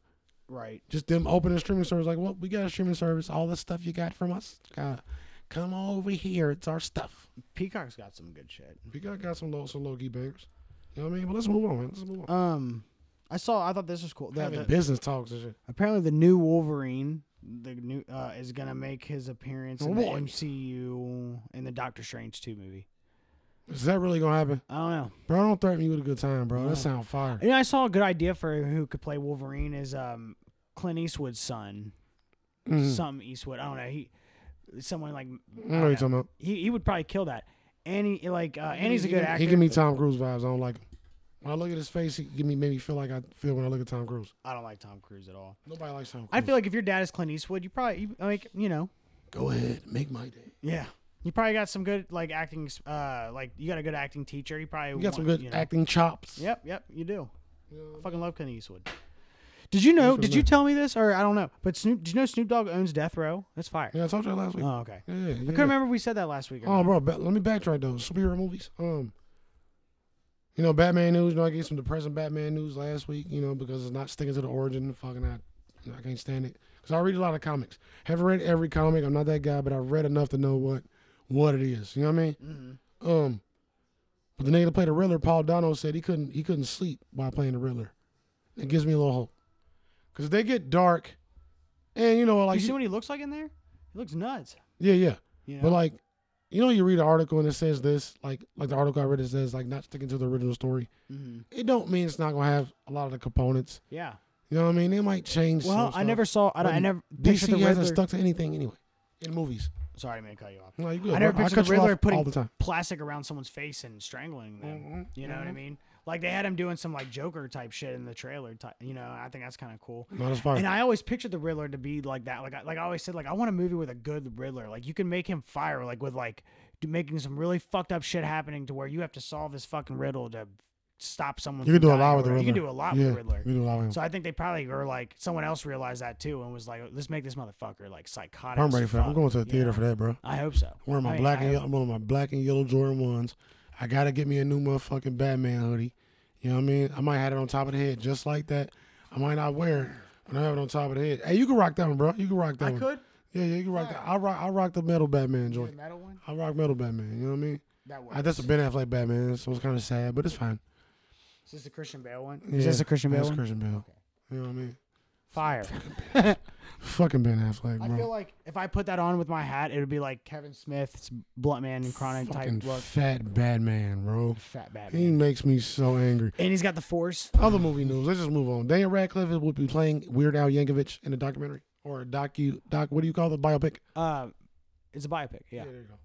S2: right.
S3: Just them opening a streaming service, like, well, we got a streaming service. All the stuff you got from us, God, come over here. It's our stuff.
S2: Peacock's got some good shit.
S3: We got got some low, some low key bangers. You know what I mean? But let's move on. Man. Let's move on.
S2: Um, I saw. I thought this was cool. The-
S3: Having
S2: the-
S3: business talks and shit.
S2: apparently, the new Wolverine, the new uh, is gonna make his appearance in the
S3: Boy.
S2: MCU in the Doctor Strange two movie.
S3: Is that really gonna happen,
S2: I don't know.
S3: bro? Don't threaten me with a good time, bro. That sound fire.
S2: You know, I saw a good idea for who could play Wolverine is um Clint Eastwood's son,
S3: Mhm.
S2: some Eastwood. I don't know. He someone like
S3: I
S2: I
S3: know what you're
S2: don't know.
S3: talking about.
S2: he he would probably kill that. And he like uh, and he's a
S3: He
S2: good
S3: give-
S2: actor.
S3: He give me Tom Cruise vibes. I don't like him. When I look at his face, he give me made me feel like I feel when I look at Tom Cruise.
S2: I don't like Tom Cruise at all.
S3: Nobody likes Tom Cruise.
S2: I feel like if your dad is Clint Eastwood, you probably you- like you know
S3: go ahead, make my day.
S2: yeah you probably got some good like acting uh like you got a good acting teacher. You probably
S3: You got some
S2: want-
S3: good
S2: you know.
S3: acting chops.
S2: Yep, yep, you do.
S3: You know,
S2: I fucking love Clint Eastwood. Did you know?
S3: Eastwood's
S2: Did you
S3: nice.
S2: tell me this, or I don't know? But Snoop, did you know Snoop Dogg owns Death Row? That's fire.
S3: Yeah, I told you that last week.
S2: Oh, okay.
S3: yeah, yeah,
S2: I couldn't remember if we said that last week. Or
S3: Oh,
S2: not.
S3: bro, ba- let me backtrack though. Superhero movies. Um, you know, Batman news. You know, I gave some depressing Batman news last week. You know, because it's not sticking to the origin. Fucking, I, I can't stand it. Cause I read a lot of comics. Haven't read every comic. I'm not that guy, but I've read enough to know what, what it is. You know what I mean?
S2: Mm-hmm.
S3: Um, but the nigga that played the Riddler, Paul Dano, said he couldn't he couldn't sleep while playing the Riddler. It gives me a little hope, cause they get dark, and you know
S2: you
S3: like
S2: see what he looks like in there? He looks nuts.
S3: yeah yeah.
S2: You know?
S3: But like, you know, you read an article and it says this, like like the article I read it says like not sticking to the original story.
S2: Mhm.
S3: It don't mean it's not gonna have a lot of the components.
S2: yeah.
S3: You know what I mean? They might change.
S2: Well,
S3: some
S2: I
S3: stuff.
S2: never saw. I, don't- I
S3: But
S2: never. pictured
S3: DC
S2: the
S3: hasn't
S2: Riddler-
S3: stuck to anything anyway in movies.
S2: Sorry, man, cut you off.
S3: No, you good.
S2: I never
S3: bro.
S2: pictured
S3: cut
S2: the
S3: you off
S2: Riddler putting
S3: all the time.
S2: plastic around someone's face and strangling them.
S3: Mm-hmm.
S2: You know what I mean? Like they had him doing some like Joker type shit in the trailer. Type, you know, I think that's kind of cool.
S3: Not as far.
S2: And I always pictured the Riddler to be like that. Like, I, like I always said, like I want a movie with a good Riddler. Like you can make him fire, like with like do, making some really fucked up shit happening to where you have to solve this fucking riddle to stop someone.
S3: You can
S2: from
S3: do a
S2: dying
S3: lot
S2: or
S3: with the
S2: whatever.
S3: Riddler.
S2: You can do a lot
S3: yeah,
S2: with Riddler.
S3: You can do a lot with him.
S2: So I think they probably were like someone else realized that too and was like, let's make this motherfucker like psychotic.
S3: I'm
S2: as
S3: ready for that. I'm
S2: fuck,
S3: going to the
S2: you
S3: theater
S2: know?
S3: for that, bro.
S2: I hope so.
S3: I'm wearing my
S2: I mean,
S3: black
S2: I
S3: and
S2: hope-
S3: yellow, I'm wearing my black and yellow Jordan ones. I gotta get me a new motherfucking Batman hoodie. You know what I mean? I might have it on top of the head just like that. I might not wear it, but I have it on top of the head. Hey, you can rock that one, bro. You can rock that
S2: I
S3: one.
S2: could.
S3: Yeah, yeah, you can rock that. I rock, I rock the metal Batman
S2: The
S3: joint.
S2: metal one.
S3: I rock metal Batman. You know what I mean?
S2: That works.
S3: I, that's a Ben Affleck Batman, so it's kind of sad, but it's fine.
S2: Is this a Christian Bale one?
S3: Yeah,
S2: Is this a Christian Bale
S3: That's
S2: one?
S3: Christian Bale. You know what I mean?
S2: Fire.
S3: Fucking Ben Affleck,
S2: I
S3: bro.
S2: feel like if I put that on with my hat, it would be like Kevin Smith's blunt man and chronic
S3: Fucking
S2: type look.
S3: fat Batman, bro.
S2: Fat
S3: He
S2: Batman.
S3: makes me so angry.
S2: And he's got the force.
S3: Other movie news. Let's just move on. Daniel Radcliffe will be playing Weird Al Yankovic in a documentary or a docu doc. What do you call the biopic?
S2: Uh, it's a biopic. Yeah,
S3: there you go.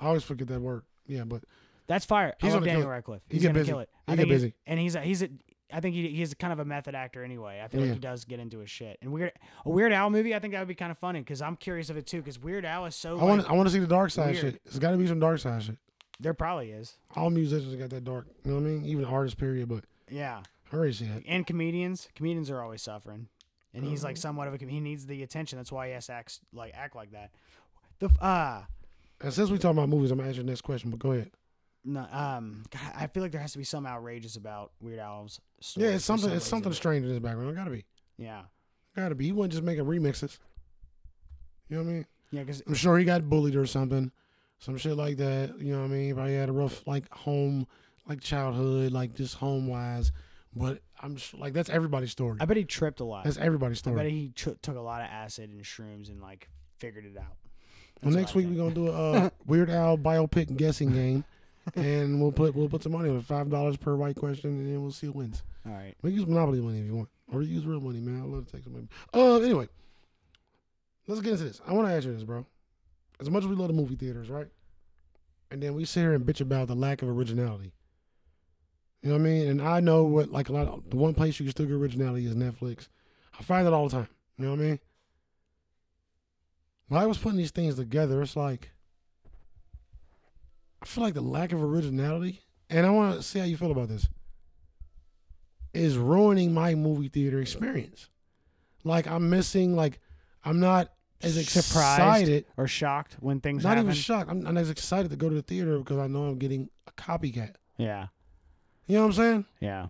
S3: I always forget that word. Yeah, but
S2: that's fire.
S3: He's
S2: I love
S3: gonna
S2: Daniel
S3: kill it.
S2: Radcliffe.
S3: He
S2: He's
S3: get
S2: gonna
S3: busy.
S2: kill it.
S3: He
S2: I
S3: get
S2: think
S3: busy.
S2: He's, and he's a, he's a. I think he, he's kind of a method actor anyway. I feel
S3: Yeah.
S2: like he does get into his shit. And weird, a Weird Al movie. I think that would be kind of funny because I'm curious of it too. Because Weird Al is so.
S3: I want
S2: like-
S3: I want to see the dark side
S2: weird.
S3: shit. It's got to be some dark side shit.
S2: there probably is.
S3: All musicians got that dark. You know what I mean? Even artists, period. But
S2: Yeah,
S3: I already see that.
S2: and comedians. Comedians are always suffering, and he's
S3: Uh-huh.
S2: like somewhat of a. com- He needs the attention. That's why he has to act like act like that. The f- uh
S3: And since we talking about movies, I'm gonna ask you the next question. But go ahead.
S2: No, um, God, I feel like there has to be some outrageous about Weird Al's story.
S3: Yeah, it's
S2: for
S3: something.
S2: some
S3: It's something
S2: reason.
S3: strange in his background. It gotta be.
S2: Yeah,
S3: Gotta be. He wasn't just making remixes. You know what I mean?
S2: yeah, because
S3: I'm sure he got bullied or something, some shit like that. You know what I mean? Probably had a rough like home, like childhood, like just home wise. But I'm sure, like that's everybody's story.
S2: I bet he tripped a lot.
S3: That's everybody's
S2: I bet
S3: story.
S2: he tr- took a lot of acid and shrooms and like figured it out.
S3: Well,
S2: That's
S3: next
S2: what I *laughs*
S3: week we're
S2: think.
S3: gonna do a uh, Weird Al biopic guessing game. and we'll put we'll put some money on it, five dollars per white question, and then we'll see who wins.
S2: All right.
S3: We can use Monopoly money if you want, or use real money, man. I love to take some money. Uh, anyway, let's get into this. I want to ask you this, bro. As much as we love the movie theaters, right? And then we sit here and bitch about the lack of originality. You know what I mean? And I know what like a lot of the one place you can still get originality is Netflix. I find that all the time. You know what I mean? When I was putting these things together, it's like I feel like the lack of originality, and I want to see how you feel about this is ruining my movie theater experience. Like I'm missing, like I'm not as excited,
S2: or shocked when things
S3: not
S2: happen.
S3: even shocked. I'm not as excited to go to the theater because I know I'm getting a copycat.
S2: yeah.
S3: You know what I'm saying?
S2: Yeah.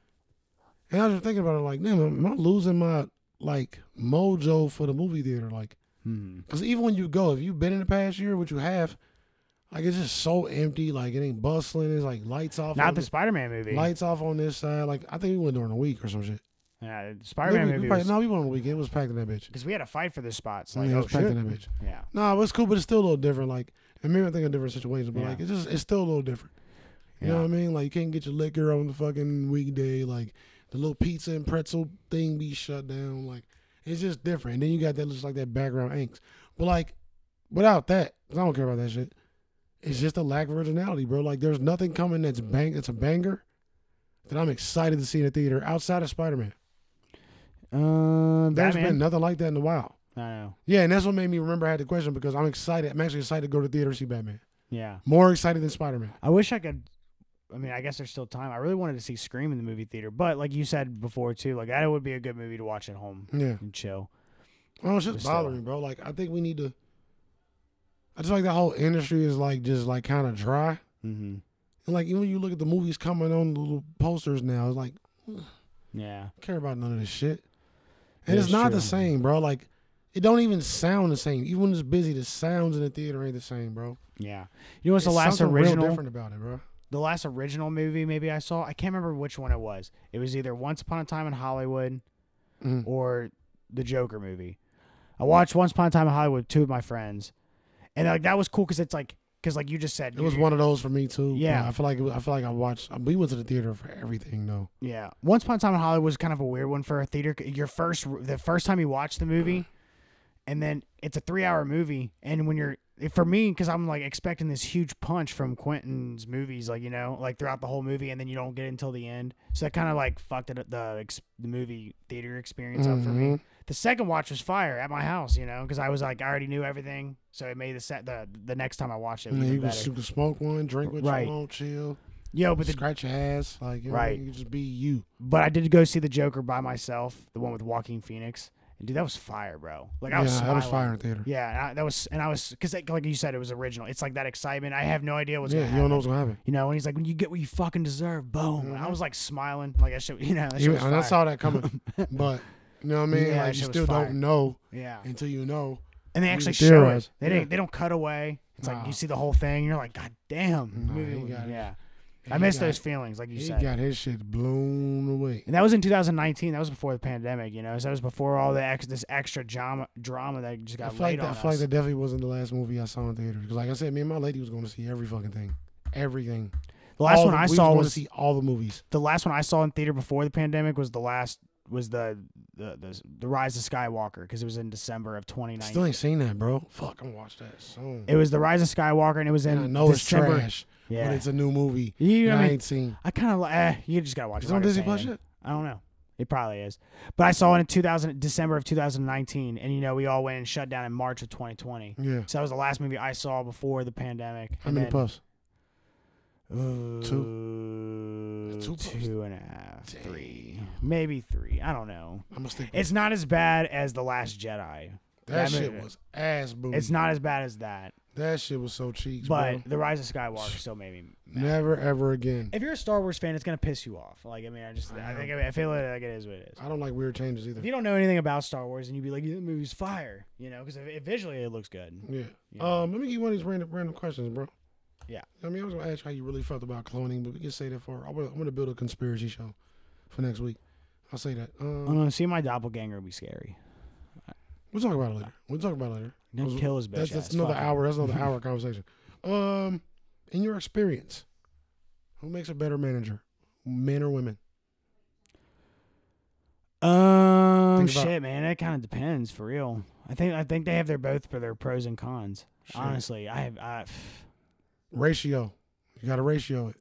S3: And I was thinking about it, like, damn, am I losing my like mojo for the movie theater? Like,
S2: Hmm.
S3: because even when you go, if you've been in the past year, which you have, like it's just so empty. Like it ain't bustling. It's like lights off. on
S2: Not the
S3: this-
S2: Spider-Man movie.
S3: lights off on this side. Like I think we went during the week or some shit.
S2: yeah, the Spider-Man
S3: Maybe- we
S2: movie.
S3: probably-
S2: was-
S3: no, we went on the weekend. It was packed in that bitch.
S2: Because we had a fight for the spots. Like,
S3: yeah, it
S2: oh,
S3: was packed
S2: shit.
S3: in that bitch.
S2: Yeah.
S3: No, it's cool, but it's still a little different. Like, and maybe I think of different situations, but
S2: Yeah.
S3: like, it's just it's still a little different. You
S2: Yeah.
S3: know what I mean? Like, you can't get your liquor on the fucking weekday. Like, the little pizza and pretzel thing be shut down. Like, it's just different. And then you got that just like that background angst. But like, without that, 'cause I don't care about that shit. It's just a lack of originality, bro. Like, there's nothing coming that's bang that's a banger that I'm excited to see in the theater outside of Spider Man.
S2: Um,
S3: Uh, There's
S2: Batman.
S3: been nothing like that in a while.
S2: I know.
S3: Yeah, and that's what made me remember I had the question because I'm excited. I'm actually excited to go to the theater to see Batman.
S2: Yeah.
S3: More excited than Spider Man.
S2: I wish I could. I mean, I guess there's still time. I really wanted to see Scream in the movie theater, but like you said before too, like that would be a good movie to watch at home
S3: Yeah.
S2: and chill.
S3: Well, Oh, it's just
S2: Just, uh,
S3: bothering, me, bro. Like, I think we need to. I just like the whole industry is like just like kind of dry.
S2: Mm-hmm.
S3: And like even when you look at the movies coming on the little posters now, it's like
S2: Yeah.
S3: I don't care about none of this shit. And
S2: Yeah,
S3: it's not
S2: sure.
S3: the same, bro. Like it don't even sound the same. Even when it's busy, the sounds in the theater ain't the same, bro.
S2: Yeah. You know what's the
S3: It's
S2: last
S3: something real
S2: original?
S3: different about it, bro.
S2: the last original movie maybe I saw. I can't remember which one it was. It was either Once Upon a Time in Hollywood Mm.
S3: Mhm.
S2: or the Joker movie. I watched Once Upon a Time in Hollywood with two of my friends, and like that was cool because it's like because like you just said
S3: It was
S2: you-
S3: one of those for me too.
S2: Yeah.
S3: But I feel like it was, I feel like I watched. We went to the theater for everything though.
S2: Yeah, Once Upon a Time in Hollywood was kind of a weird one for a theater. Your first, the first time you watch the movie, and then it's a three-hour movie, and when you're for me, because I'm like expecting this huge punch from Quentin's movies, like you know, like throughout the whole movie, and then you don't get it until the end. So that kind of like fucked it, the ex- the movie theater experience up for
S3: Mm-hmm.
S2: me. The second watch was fire at my house, you know, because I was like I already knew everything, so it made the set the the next time I watched it.
S3: And
S2: was
S3: then you
S2: even
S3: can,
S2: better.
S3: you can smoke one, drink what
S2: Right.
S3: you want, chill,
S2: Yo, but the
S3: scratch your ass, like you know,
S2: Right.
S3: You can just be you.
S2: But I did go see the Joker by myself, the one with Walking Phoenix. And dude, that was fire, bro. Like I was
S3: yeah,
S2: smiling.
S3: that was fire in theater.
S2: Yeah, and I, that was, and I was, because like, like you said, it was original. It's like that excitement. I have no idea what's
S3: Yeah,
S2: going
S3: you
S2: to
S3: don't know
S2: happen.
S3: what's gonna happen.
S2: You know, and he's like, when you get what you fucking deserve, boom. And I was like smiling, like I should, *laughs* you know, that shit
S3: Even-
S2: was
S3: and I
S2: fire.
S3: saw that
S2: *laughs*
S3: coming, but you know what I mean.
S2: Yeah,
S3: like
S2: that
S3: you
S2: shit was
S3: still
S2: fire.
S3: don't know
S2: yeah.
S3: until you know.
S2: And they
S3: we
S2: actually
S3: could
S2: show it.
S3: theorize.
S2: They
S3: Yeah.
S2: didn't, they don't cut away. It's
S3: Nah. Mm-hmm.
S2: like you see the whole thing. And you're like, God damn. the
S3: Nah,
S2: movie
S3: he
S2: was-
S3: got it.
S2: yeah.
S3: He
S2: I miss
S3: got-
S2: those feelings, like you
S3: He
S2: said.
S3: got his shit blown away.
S2: And that was in 2019. That was before the pandemic, you know. So that was before all the ex- this extra drama drama that just
S3: I
S2: got
S3: feel, like
S2: laid
S3: that, I
S2: on
S3: feel like
S2: us.
S3: that definitely wasn't the last movie I saw in theater because, like I said, me and my lady was going to see every fucking thing, everything.
S2: the last
S3: All
S2: one
S3: the-
S2: I
S3: we
S2: saw
S3: going
S2: was
S3: to see all the movies.
S2: the last one I saw in theater before the pandemic was the last was the the the, the Rise of Skywalker because it was in December of 2019.
S3: Still ain't seen that, bro. Fuck, I'm gonna watch that soon.
S2: it was the Rise of Skywalker and it was in
S3: and I know it's
S2: December.
S3: trash,
S2: Yeah,
S3: but it's a new movie.
S2: you know
S3: and
S2: what
S3: I
S2: I mean?
S3: ain't seen.
S2: I kind of like eh, you just gotta watch.
S3: It's
S2: it. I'm
S3: on
S2: not gonna
S3: Disney
S2: say
S3: Plus
S2: anything.
S3: yet.
S2: I don't know. It probably is, but I saw it in 2000 December of 2019, and you know we all went and shut down in March of 2020.
S3: Yeah.
S2: So that was the last movie I saw before the pandemic.
S3: How
S2: and
S3: many
S2: then-
S3: puffs?
S2: Ooh,
S3: Two puffs?
S2: two and a half,
S3: Dang.
S2: three, maybe three. I don't know.
S3: I'm gonna stick.
S2: It's not as bad as the Last Jedi.
S3: that
S2: I mean,
S3: shit was ass booty.
S2: It's not as bad as that,
S3: That shit was so cheeks,
S2: but
S3: bro.
S2: the Rise of Skywalker still made me.
S3: Never ever again.
S2: If you're a Star Wars fan, it's gonna piss you off. Like I mean, I just I, think I, mean, I feel like it is what it is.
S3: I don't like weird changes either.
S2: If you don't know anything about Star Wars, and you'd be like, "Yeah, "That movie's fire," you know, because visually it looks good.
S3: Yeah.
S2: Yeah.
S3: Um, let me give you one of these random random questions, bro.
S2: Yeah.
S3: I mean, I was gonna ask you how you really felt about cloning, but we can say that for. I'm gonna, I'm gonna build a conspiracy show for next week. I'll say that.
S2: I'm
S3: Um,
S2: gonna see my doppelganger would be scary.
S3: we'll talk about it later. We'll talk about it later.
S2: No
S3: Those-
S2: kill his bitch.
S3: That's, that's
S2: *laughs* ass.
S3: another
S2: Fuck him.
S3: hour. That's another hour conversation. Um, in your experience, Who makes a better manager, men or women?
S2: Um,
S3: Think about-
S2: shit, man, that kind of depends for real. I think I think they have their both for their pros and cons.
S3: Shit.
S2: Honestly, I have I,
S3: Ratio. You got to ratio it.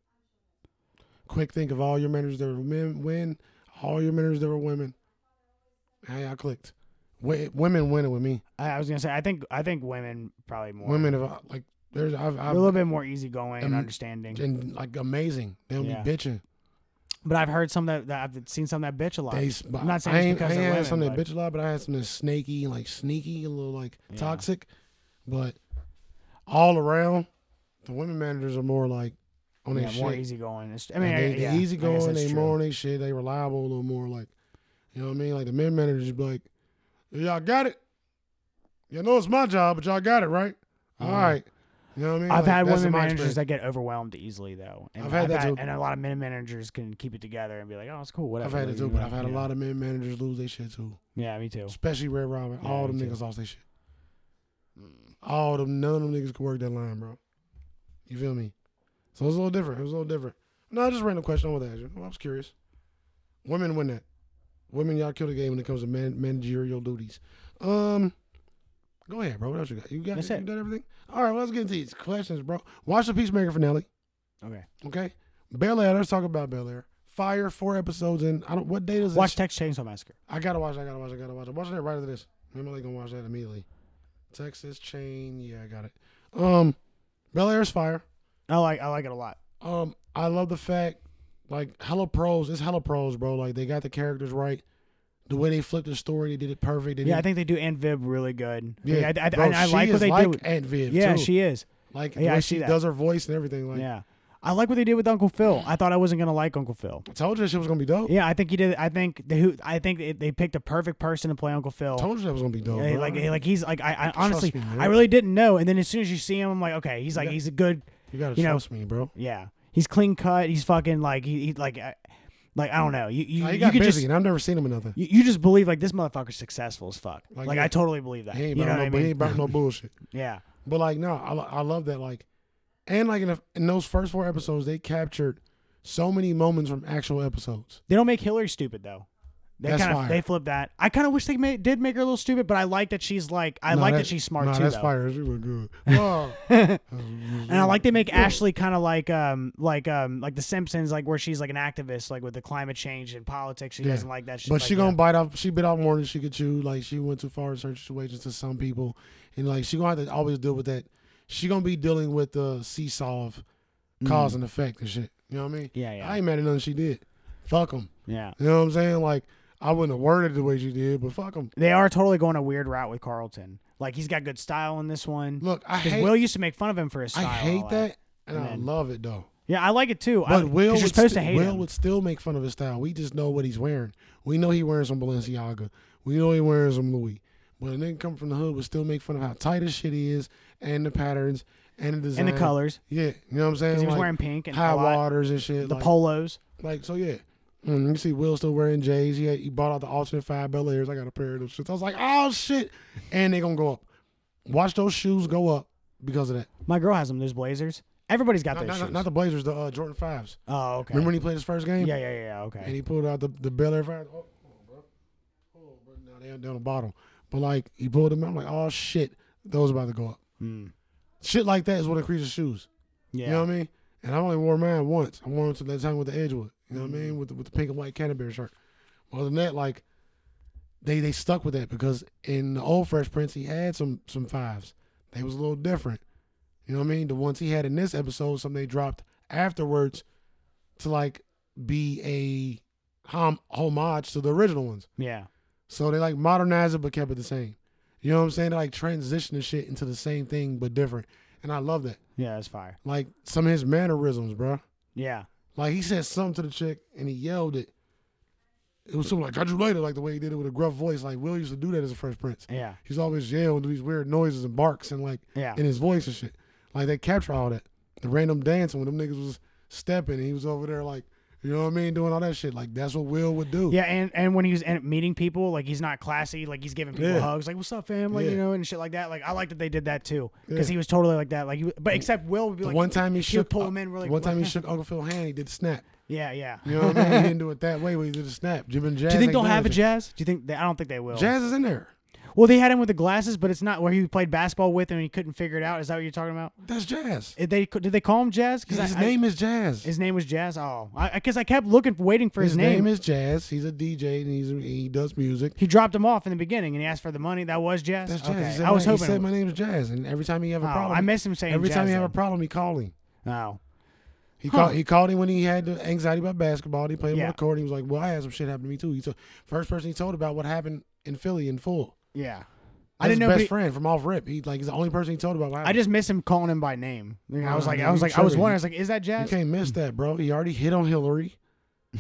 S3: Quick think of all your managers that were men, win, all your managers that were women. Hey, I clicked. Wi- women winning with me.
S2: I I was gonna say I think I think women probably more
S3: Women have uh, like there's I've,
S2: They're
S3: I've
S2: a little bit more easygoing and
S3: Um,
S2: understanding.
S3: and like amazing. They don't
S2: Yeah.
S3: be bitching.
S2: But I've heard some that, that I've seen some that bitch a lot.
S3: They, s-
S2: I'm not saying
S3: I
S2: it's
S3: ain't,
S2: because
S3: I
S2: of
S3: ain't had
S2: women,
S3: some that
S2: but-
S3: bitch a lot, but I had some that's snaky, like sneaky, a little like
S2: Yeah.
S3: toxic. But all around, the women managers are more like on their
S2: yeah, more
S3: shit.
S2: easygoing. It's- I
S3: I
S2: mean, I-
S3: they, they
S2: yeah,
S3: easy
S2: I guess
S3: going,
S2: that's
S3: they
S2: true.
S3: more on their shit, they reliable a little more. Like, you know what I mean? Like the men managers be like, y'all got it. Y'all know it's my job, but y'all got it right. All
S2: Yeah.
S3: right. You know what I mean?
S2: I've
S3: Like,
S2: had
S3: that's
S2: women
S3: in my
S2: managers
S3: experience.
S2: that get overwhelmed easily though, and
S3: I've had that too.
S2: and a lot of men managers can keep it together and be like, "Oh, it's cool, whatever."
S3: I've had it
S2: like,
S3: too,
S2: you
S3: but
S2: know,
S3: I've had a
S2: yeah.
S3: lot of men managers lose their shit too.
S2: Yeah, me too.
S3: Especially Red Robin.
S2: Yeah,
S3: all
S2: me
S3: them
S2: too.
S3: niggas lost their shit. All them, none of them niggas could work that line, bro. You feel me? So it was a little different. It was a little different. No, just random question. I want to ask you. I was curious. Women win that. Women, y'all kill the game when it comes to man- managerial duties. Um, go ahead, bro. What else you got? You got
S2: That's
S3: you
S2: it.
S3: done everything? All right, well, let's get into these questions, bro. Watch the Peacemaker finale.
S2: Okay.
S3: Okay, Bel Air. Let's talk about Bel Air. Fire four episodes in. I don't. What day does This?
S2: Watch Text Chainsaw Massacre.
S3: I gotta watch. I gotta watch. I gotta watch. I'm watching that right after this. Me and Malik gonna watch that immediately. Texas chain. Yeah, I got it. Um, Bel Air's fire.
S2: I like I like it a lot.
S3: Um, I love the fact, like, hella pros. It's hella pros, bro. Like, they got the characters right. The way they flipped the story, they did it perfect. They
S2: Yeah, I
S3: didn't-
S2: think they do Aunt Viv really good.
S3: yeah,
S2: I, I, I-
S3: bro,
S2: and I
S3: she
S2: like
S3: is
S2: what they
S3: like
S2: do. with-
S3: Aunt Viv,
S2: yeah,
S3: too.
S2: she is.
S3: like
S2: yeah,
S3: the
S2: I
S3: way
S2: see
S3: she
S2: that.
S3: does her voice and everything. Like,
S2: yeah, I like what they did with Uncle Phil. I thought I wasn't gonna like Uncle Phil.
S3: I told you that shit was gonna be dope.
S2: Yeah, I think he did. I think they, who I think they, they picked the perfect person to play Uncle Phil.
S3: I told you that was gonna be dope.
S2: Yeah,
S3: bro.
S2: like like he's like I, I honestly
S3: me, man.
S2: I really didn't know, and then as soon as you see him, I'm like, okay, he's like
S3: Yeah.
S2: he's a good
S3: you gotta
S2: you know-
S3: trust me, bro.
S2: yeah, he's clean cut, he's fucking like he, he like I, like I don't know, you you,
S3: Nah, he
S2: you
S3: got
S2: could
S3: busy,
S2: just
S3: and I've never seen him in nothing.
S2: you, you just believe like this motherfucker's successful as fuck. Like,
S3: Like, yeah.
S2: I totally believe that.
S3: He ain't
S2: you know
S3: about
S2: what
S3: no,
S2: I
S3: he
S2: mean?
S3: ain't
S2: *laughs*
S3: about no bullshit.
S2: yeah,
S3: But like, no, I, lo- I love that. Like, and like in, the in those first four episodes, they captured so many moments from actual episodes.
S2: they don't make Hillary stupid though. They
S3: That's
S2: kind of
S3: fire.
S2: they flip that. I kind of wish they made, did make her a little stupid, but I like that she's like I
S3: No,
S2: like that, she's smart
S3: no,
S2: too.
S3: That's
S2: though.
S3: fire. She was good.
S2: *laughs*
S3: Whoa.
S2: And I like they make Ashley kind of like um like um like the Simpsons like where she's like an activist like with the climate change and politics she
S3: Yeah.
S2: doesn't like that shit.
S3: But she
S2: like,
S3: gonna
S2: yeah.
S3: bite off. She bit off more than she could chew. Like she went too far in certain situations to some people, and like she gonna have to always deal with that. She gonna be dealing with the seesaw of cause and effect and shit. You know what I mean?
S2: Mm. Yeah, yeah.
S3: I ain't mad at nothing she did. Fuck them.
S2: yeah.
S3: You know what I'm saying? Like I wouldn't have worded it the way she did, but fuck them.
S2: They are totally going a weird route with Carlton. Like he's got good style in this one.
S3: Look, I
S2: 'Cause
S3: hate.
S2: Will used to make fun of him for his
S3: I
S2: style.
S3: hate
S2: all
S3: that, and,
S2: And
S3: I
S2: then-
S3: love it though.
S2: Yeah, I like it too. I,
S3: But
S2: 'cause
S3: Will,
S2: you're
S3: would,
S2: supposed
S3: sti-
S2: to hate
S3: Will
S2: him.
S3: would still make fun of his style. We just know what he's wearing. We know he wearing some Balenciaga. We know he wearing some Louis. But a nigga come from the hood would still make fun of how tight his shit is, and the patterns, and the design,
S2: and the colors
S3: Yeah, you know what I'm saying?
S2: because he was
S3: Like,
S2: wearing pink and a
S3: high
S2: lot-
S3: waters and shit.
S2: the
S3: like,
S2: polos.
S3: like so, yeah. Mm, you see, Will still wearing J's. He, had, he bought out the alternate five Bel Airs. I got a pair of those shits. I was like, oh shit, and they gonna go up. Watch those shoes go up because of that.
S2: My girl has them. Those blazers. Everybody's got
S3: Not,
S2: those
S3: not-
S2: shoes.
S3: not the Blazers, the uh, Jordan fives.
S2: oh, okay.
S3: Remember when he played his first game?
S2: yeah, yeah, yeah, yeah. Okay.
S3: and he pulled out the the Bel Air fire. Oh, hold on, bro. Hold on, bro. No, they down the bottom. But like he pulled them out. I'm like, oh shit, those about to go up.
S2: Mm.
S3: Shit like that is what increases shoes.
S2: Yeah.
S3: You know what I mean? And I only wore mine once. I wore them to that time with the Edgewood. You know what I mean? With the, with the pink and white Canterbury shirt. Other than that, like they they stuck with that because in the old Fresh Prince he had some some fives. They was a little different. You know what I mean? The ones he had in this episode, some they dropped afterwards to like be a hom- homage to the original ones.
S2: yeah.
S3: So they like modernized it but kept it the same. You know what I'm saying? They like transition the shit into the same thing but different. And I love that.
S2: Yeah. That's fire.
S3: Like some of his mannerisms, bro.
S2: Yeah.
S3: Like he said something to the chick and he yelled it. It was something like "Got you later," like the way he did it with a gruff voice. Like Will used to do that as a Fresh Prince.
S2: Yeah.
S3: He's always yelling, do these weird noises and barks and like
S2: Yeah.
S3: in his voice and shit. Like they capture all that. The random dancing when them niggas was stepping and he was over there like You know what I mean? Doing all that shit. Like that's what Will would do.
S2: Yeah, and, and when he was in- meeting people, like he's not classy, like he's giving people
S3: Yeah.
S2: hugs, like "What's up, fam?" Like
S3: Yeah.
S2: you know, and shit like that. Like I like that they did that too, because
S3: Yeah.
S2: he was totally like that. Like, he, but except Will would be
S3: The
S2: like,
S3: one time he
S2: he would
S3: shook
S2: pull him in, we're
S3: the
S2: like,
S3: one time he
S2: "What?"
S3: shook Uncle Phil hand, he did a
S2: *laughs*
S3: snap.
S2: yeah, yeah.
S3: You know what I mean? He didn't do it that way, but he did a snap. Jim and Jazz.
S2: Do you think
S3: ain't
S2: they'll
S3: done
S2: have a
S3: anything.
S2: Jazz? Do you think they, I don't think they will.
S3: Jazz is in there.
S2: Well, they had him with the glasses, but it's not where he played basketball with and he couldn't figure it out. Is that what you're talking about?
S3: That's Jazz.
S2: Did they did they call him Jazz? Because
S3: His name is Jazz.
S2: his name was Jazz. Oh, because I, kept looking, waiting for his,
S3: His name is Jazz. He's a DJ and he's he does music.
S2: he dropped him off in the beginning and he asked for the money. That was Jazz.
S3: That's Jazz.
S2: Okay,
S3: He said,
S2: I was
S3: my,
S2: hoping.
S3: He said
S2: it
S3: my name is Jazz, and every time he have a
S2: Oh,
S3: problem,
S2: I miss him saying
S3: every time
S2: Jazz
S3: he have a
S2: then.
S3: problem, he call him.
S2: was- oh,
S3: He
S2: Huh.
S3: called. He called him when he had the anxiety about basketball. He played
S2: Yeah.
S3: on the court. He was like, "Well, I had some shit happen to me too." He told first person he told about what happened in Philly in full.
S2: yeah.
S3: That's
S2: I didn't know.
S3: his
S2: but
S3: best
S2: he-
S3: friend from off rip. He like he's the only person he told about. What
S2: I
S3: happened.
S2: just miss him calling him by name. You know, I was
S3: Oh,
S2: like,
S3: man,
S2: I was
S3: you
S2: like, I was
S3: tripping.
S2: wondering. I was like, is that
S3: you
S2: Jazz?
S3: can't
S2: *laughs*
S3: miss that, bro. He already hit on Hillary. you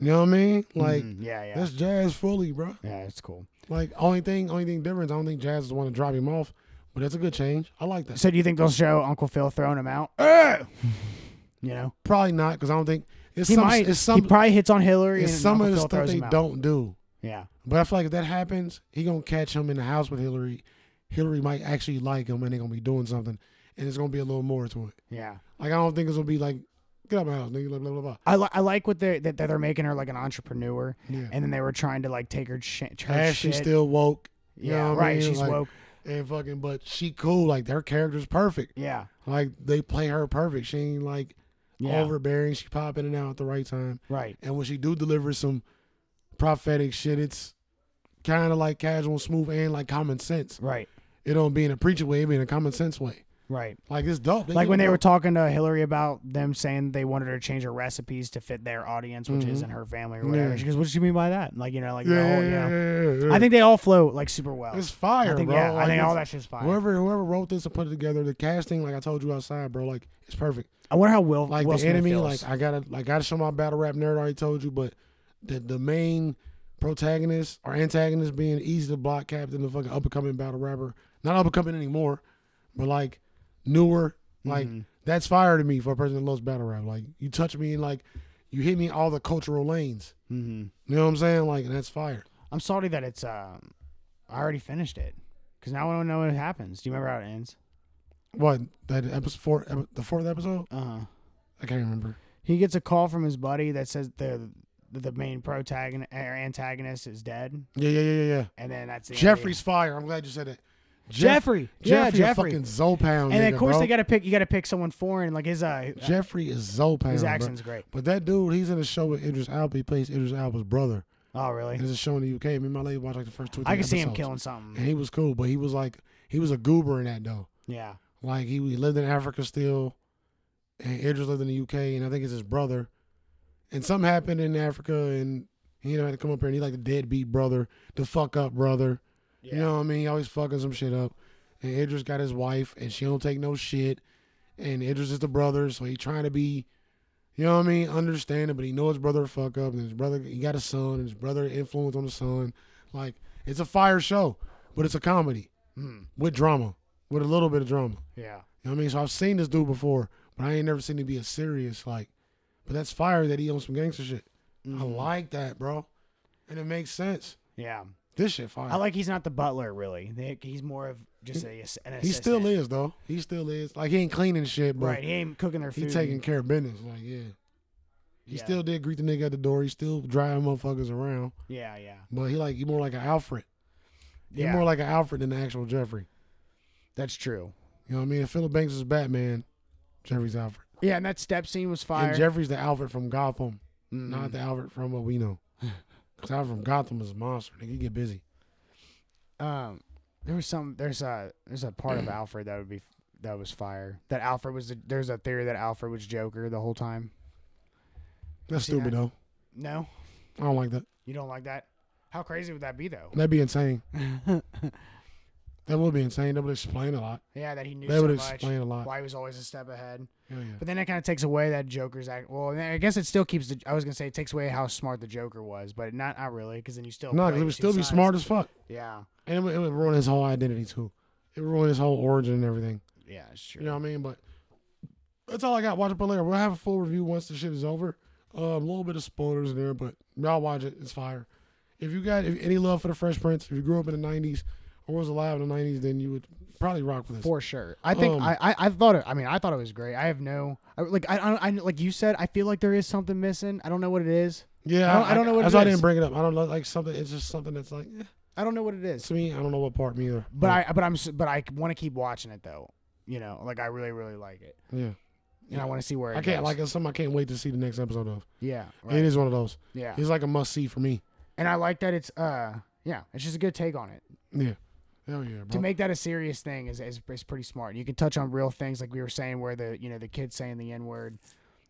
S3: know what I mean? Like
S2: Mm, yeah, yeah,
S3: that's Jazz fully, bro.
S2: yeah. It's cool.
S3: Like only thing, only thing difference. I don't think Jazz is the one to drop him off, but that's a good change. I like that.
S2: So do you think they'll show Uncle Phil throwing him out? you know,
S3: Probably not because I don't think it's
S2: he
S3: Eh! some.
S2: might.
S3: It's some.
S2: he probably hits on Hillary.
S3: it's
S2: and
S3: some
S2: Uncle
S3: of the
S2: Phil
S3: stuff
S2: throws
S3: they
S2: him out.
S3: don't do.
S2: Yeah.
S3: But I feel like if that happens, he gonna catch him in the house with Hillary. Hillary might actually like him, and they gonna be doing something, and it's gonna be a little more to it.
S2: Yeah.
S3: Like I don't think it's gonna be like, get out of my house, nigga, blah blah blah. blah.
S2: I, li- I like what they're, that that they're making her like an entrepreneur,
S3: Yeah.
S2: and then they were trying to like take her, sh- her
S3: As
S2: shit.
S3: she's still woke, you
S2: yeah,
S3: know what I
S2: right.
S3: mean?
S2: She's
S3: Like-
S2: woke.
S3: and fucking, but she cool. Like their character's perfect.
S2: Yeah,
S3: Like they play her perfect. She ain't like
S2: yeah,
S3: overbearing. She pop in and out at the right time.
S2: right.
S3: And when she do deliver some prophetic shit, it's kind of like casual, smooth, and like common sense.
S2: Right,
S3: It don't be in a preacher way, it be in a common sense way.
S2: right.
S3: Like it's dope.
S2: Like
S3: give
S2: when
S3: a
S2: they were
S3: dope-
S2: talking to Hillary about them saying they wanted her to change her recipes to fit their audience, which
S3: Mhm.
S2: isn't her family or whatever.
S3: Yeah.
S2: She goes, "What do you mean by that?" Like you know, like the
S3: yeah,
S2: whole, you
S3: yeah,
S2: know.
S3: yeah, yeah, yeah.
S2: oh, I think they all flow like super well.
S3: it's fire,
S2: I think
S3: bro.
S2: yeah,
S3: Like,
S2: I think all that
S3: it's-
S2: shit's fine.
S3: Whoever whoever wrote this and put it together, the casting, like I told you outside, bro, like it's perfect.
S2: I wonder how Will
S3: Like
S2: Will
S3: the
S2: Smith
S3: enemy,
S2: feels.
S3: like I gotta like I gotta show my battle rap nerd. I already told you, but the the main protagonist or antagonist being easy to block captain, the fucking up and coming battle rapper, not up and coming anymore, but like newer, like
S2: Mm-hmm.
S3: that's fire to me for a person that loves battle rap. Like you touch me and like you hit me in all the cultural lanes.
S2: Mhm.
S3: You know what I'm saying? Like and that's fire.
S2: I'm sorry that it's. Um, I already finished it because now I don't know what happens. Do you remember how it ends?
S3: What that episode four, epi- the fourth episode?
S2: Uh huh.
S3: I can't remember.
S2: he gets a call from his buddy that says the the main protagonist or antagonist is dead,
S3: Yeah, yeah, yeah, yeah. yeah.
S2: and then that's the end of the-
S3: Jeffrey's fire. I'm glad you said that. Jeff-
S2: Jeffrey, yeah,
S3: Jeffrey, a
S2: Jeffrey.
S3: fucking Zopound.
S2: and then
S3: nigga,
S2: of course
S3: bro.
S2: they gotta pick. You gotta pick someone foreign, like his uh
S3: Jeffrey is Zopan.
S2: his
S3: bro.
S2: accent's great.
S3: But that dude, he's in a show with Idris Alba. He plays Idris Alba's brother.
S2: Oh really?
S3: There's a show in the UK. Me and my lady watched like the first two. or
S2: I
S3: three
S2: can see him
S3: episodes.
S2: killing
S3: And
S2: something.
S3: he was cool, but he was like he was a goober in that though.
S2: Yeah,
S3: Like he, he lived in Africa still, and Idris lived in the UK, and I think it's his brother. And something happened in Africa, and he had to come up here, and he like the deadbeat brother, the fuck up brother. You know what I mean? He always fucking some shit up. And Idris got his wife, and she don't take no shit. And Idris is the brother, so he trying to be, you know what I mean, understanding, but he know his brother a fuck up, and his brother he got a son, and his brother influence on the son. Like it's a fire show, but it's a comedy
S2: Hmm.
S3: with drama, with a little bit of drama.
S2: yeah,
S3: You know what I mean? So I've seen this dude before, but I ain't never seen him be a serious like. But that's fire that he owns some gangster shit. I like that, bro, and it makes sense.
S2: yeah.
S3: This shit fire.
S2: I like he's not the butler really. They- He's more of just a, an assistant.
S3: He still is though. He still is. Like he ain't cleaning shit, but
S2: right. He ain't cooking their
S3: he
S2: food.
S3: taking care of business. Like yeah, he
S2: Yeah.
S3: still did greet the nigga at the door. He still driving motherfuckers around,
S2: Yeah, yeah,
S3: but he like he more like an Alfred. He
S2: yeah.
S3: more like an Alfred than the actual Jeffrey.
S2: that's true.
S3: You know what I mean? If Philip Banks is Batman, Jeffrey's Alfred,
S2: Yeah, and that step scene was fire.
S3: and Jeffrey's the Alfred from Gotham,
S2: Mhm.
S3: not the Alfred from what we
S2: *laughs*
S3: know. Cause Alfred from Gotham is a monster. Nigga, he get busy.
S2: um there was some there's a there's
S3: *clears throat*
S2: a part of alfred that would be that was fire that alfred was the, there's a theory that alfred was joker the whole time
S3: That's
S2: You seen
S3: stupid
S2: that?
S3: though.
S2: no
S3: I don't like that.
S2: you don't like that how crazy would that be though
S3: That'd be
S2: *laughs*
S3: insane. that would be insane. That would explain a lot.
S2: yeah that he knew
S3: That
S2: so
S3: would
S2: much
S3: explain a lot.
S2: why he was always a step ahead
S3: Hell yeah.
S2: but then it kind of takes away that joker's act well and i guess it still keeps the i was gonna say it takes away how smart the joker was but not not really because then you still
S3: No,
S2: play
S3: because it
S2: the
S3: would
S2: two
S3: still be
S2: sides.
S3: smart as fuck.
S2: yeah
S3: And it would, it would ruin his whole identity too. It would ruin his whole origin and everything.
S2: yeah it's true
S3: You know what I mean? But that's all I got. Watch it play later. We'll have a full review once the shit is over Uh, a little bit of spoilers in there, but y'all watch it. It's fire. If you got if any love for the Fresh Prince, if you grew up in the '90s or was alive in the '90s, then you would probably rock with this.
S2: for sure. I think
S3: Um,
S2: I, I I thought it. I mean, I thought it was great. I have no I, like I, I I like you said. I feel like there is something missing. I don't know what it is.
S3: Yeah,
S2: I don't- I don't know what
S3: that's
S2: it
S3: why I
S2: is.
S3: didn't bring it up. I don't know, like something. It's just something that's like eh,
S2: I don't know what it is.
S3: to me. I don't know what part me either.
S2: But I but I'm s- but I want to keep watching it though. You know, like I really really like it,
S3: yeah,
S2: and I want to see where it
S3: I can't
S2: goes.
S3: like it's something I can't wait to see the next episode of.
S2: Yeah, right.
S3: It is one of those.
S2: yeah,
S3: It's like a must see for me.
S2: and I like that it's uh yeah, it's just a good take on it.
S3: Yeah, hell yeah,
S2: to
S3: bro.
S2: make that a serious thing is, is is pretty smart. You can touch on real things like we were saying, where the you know the kids saying the n word,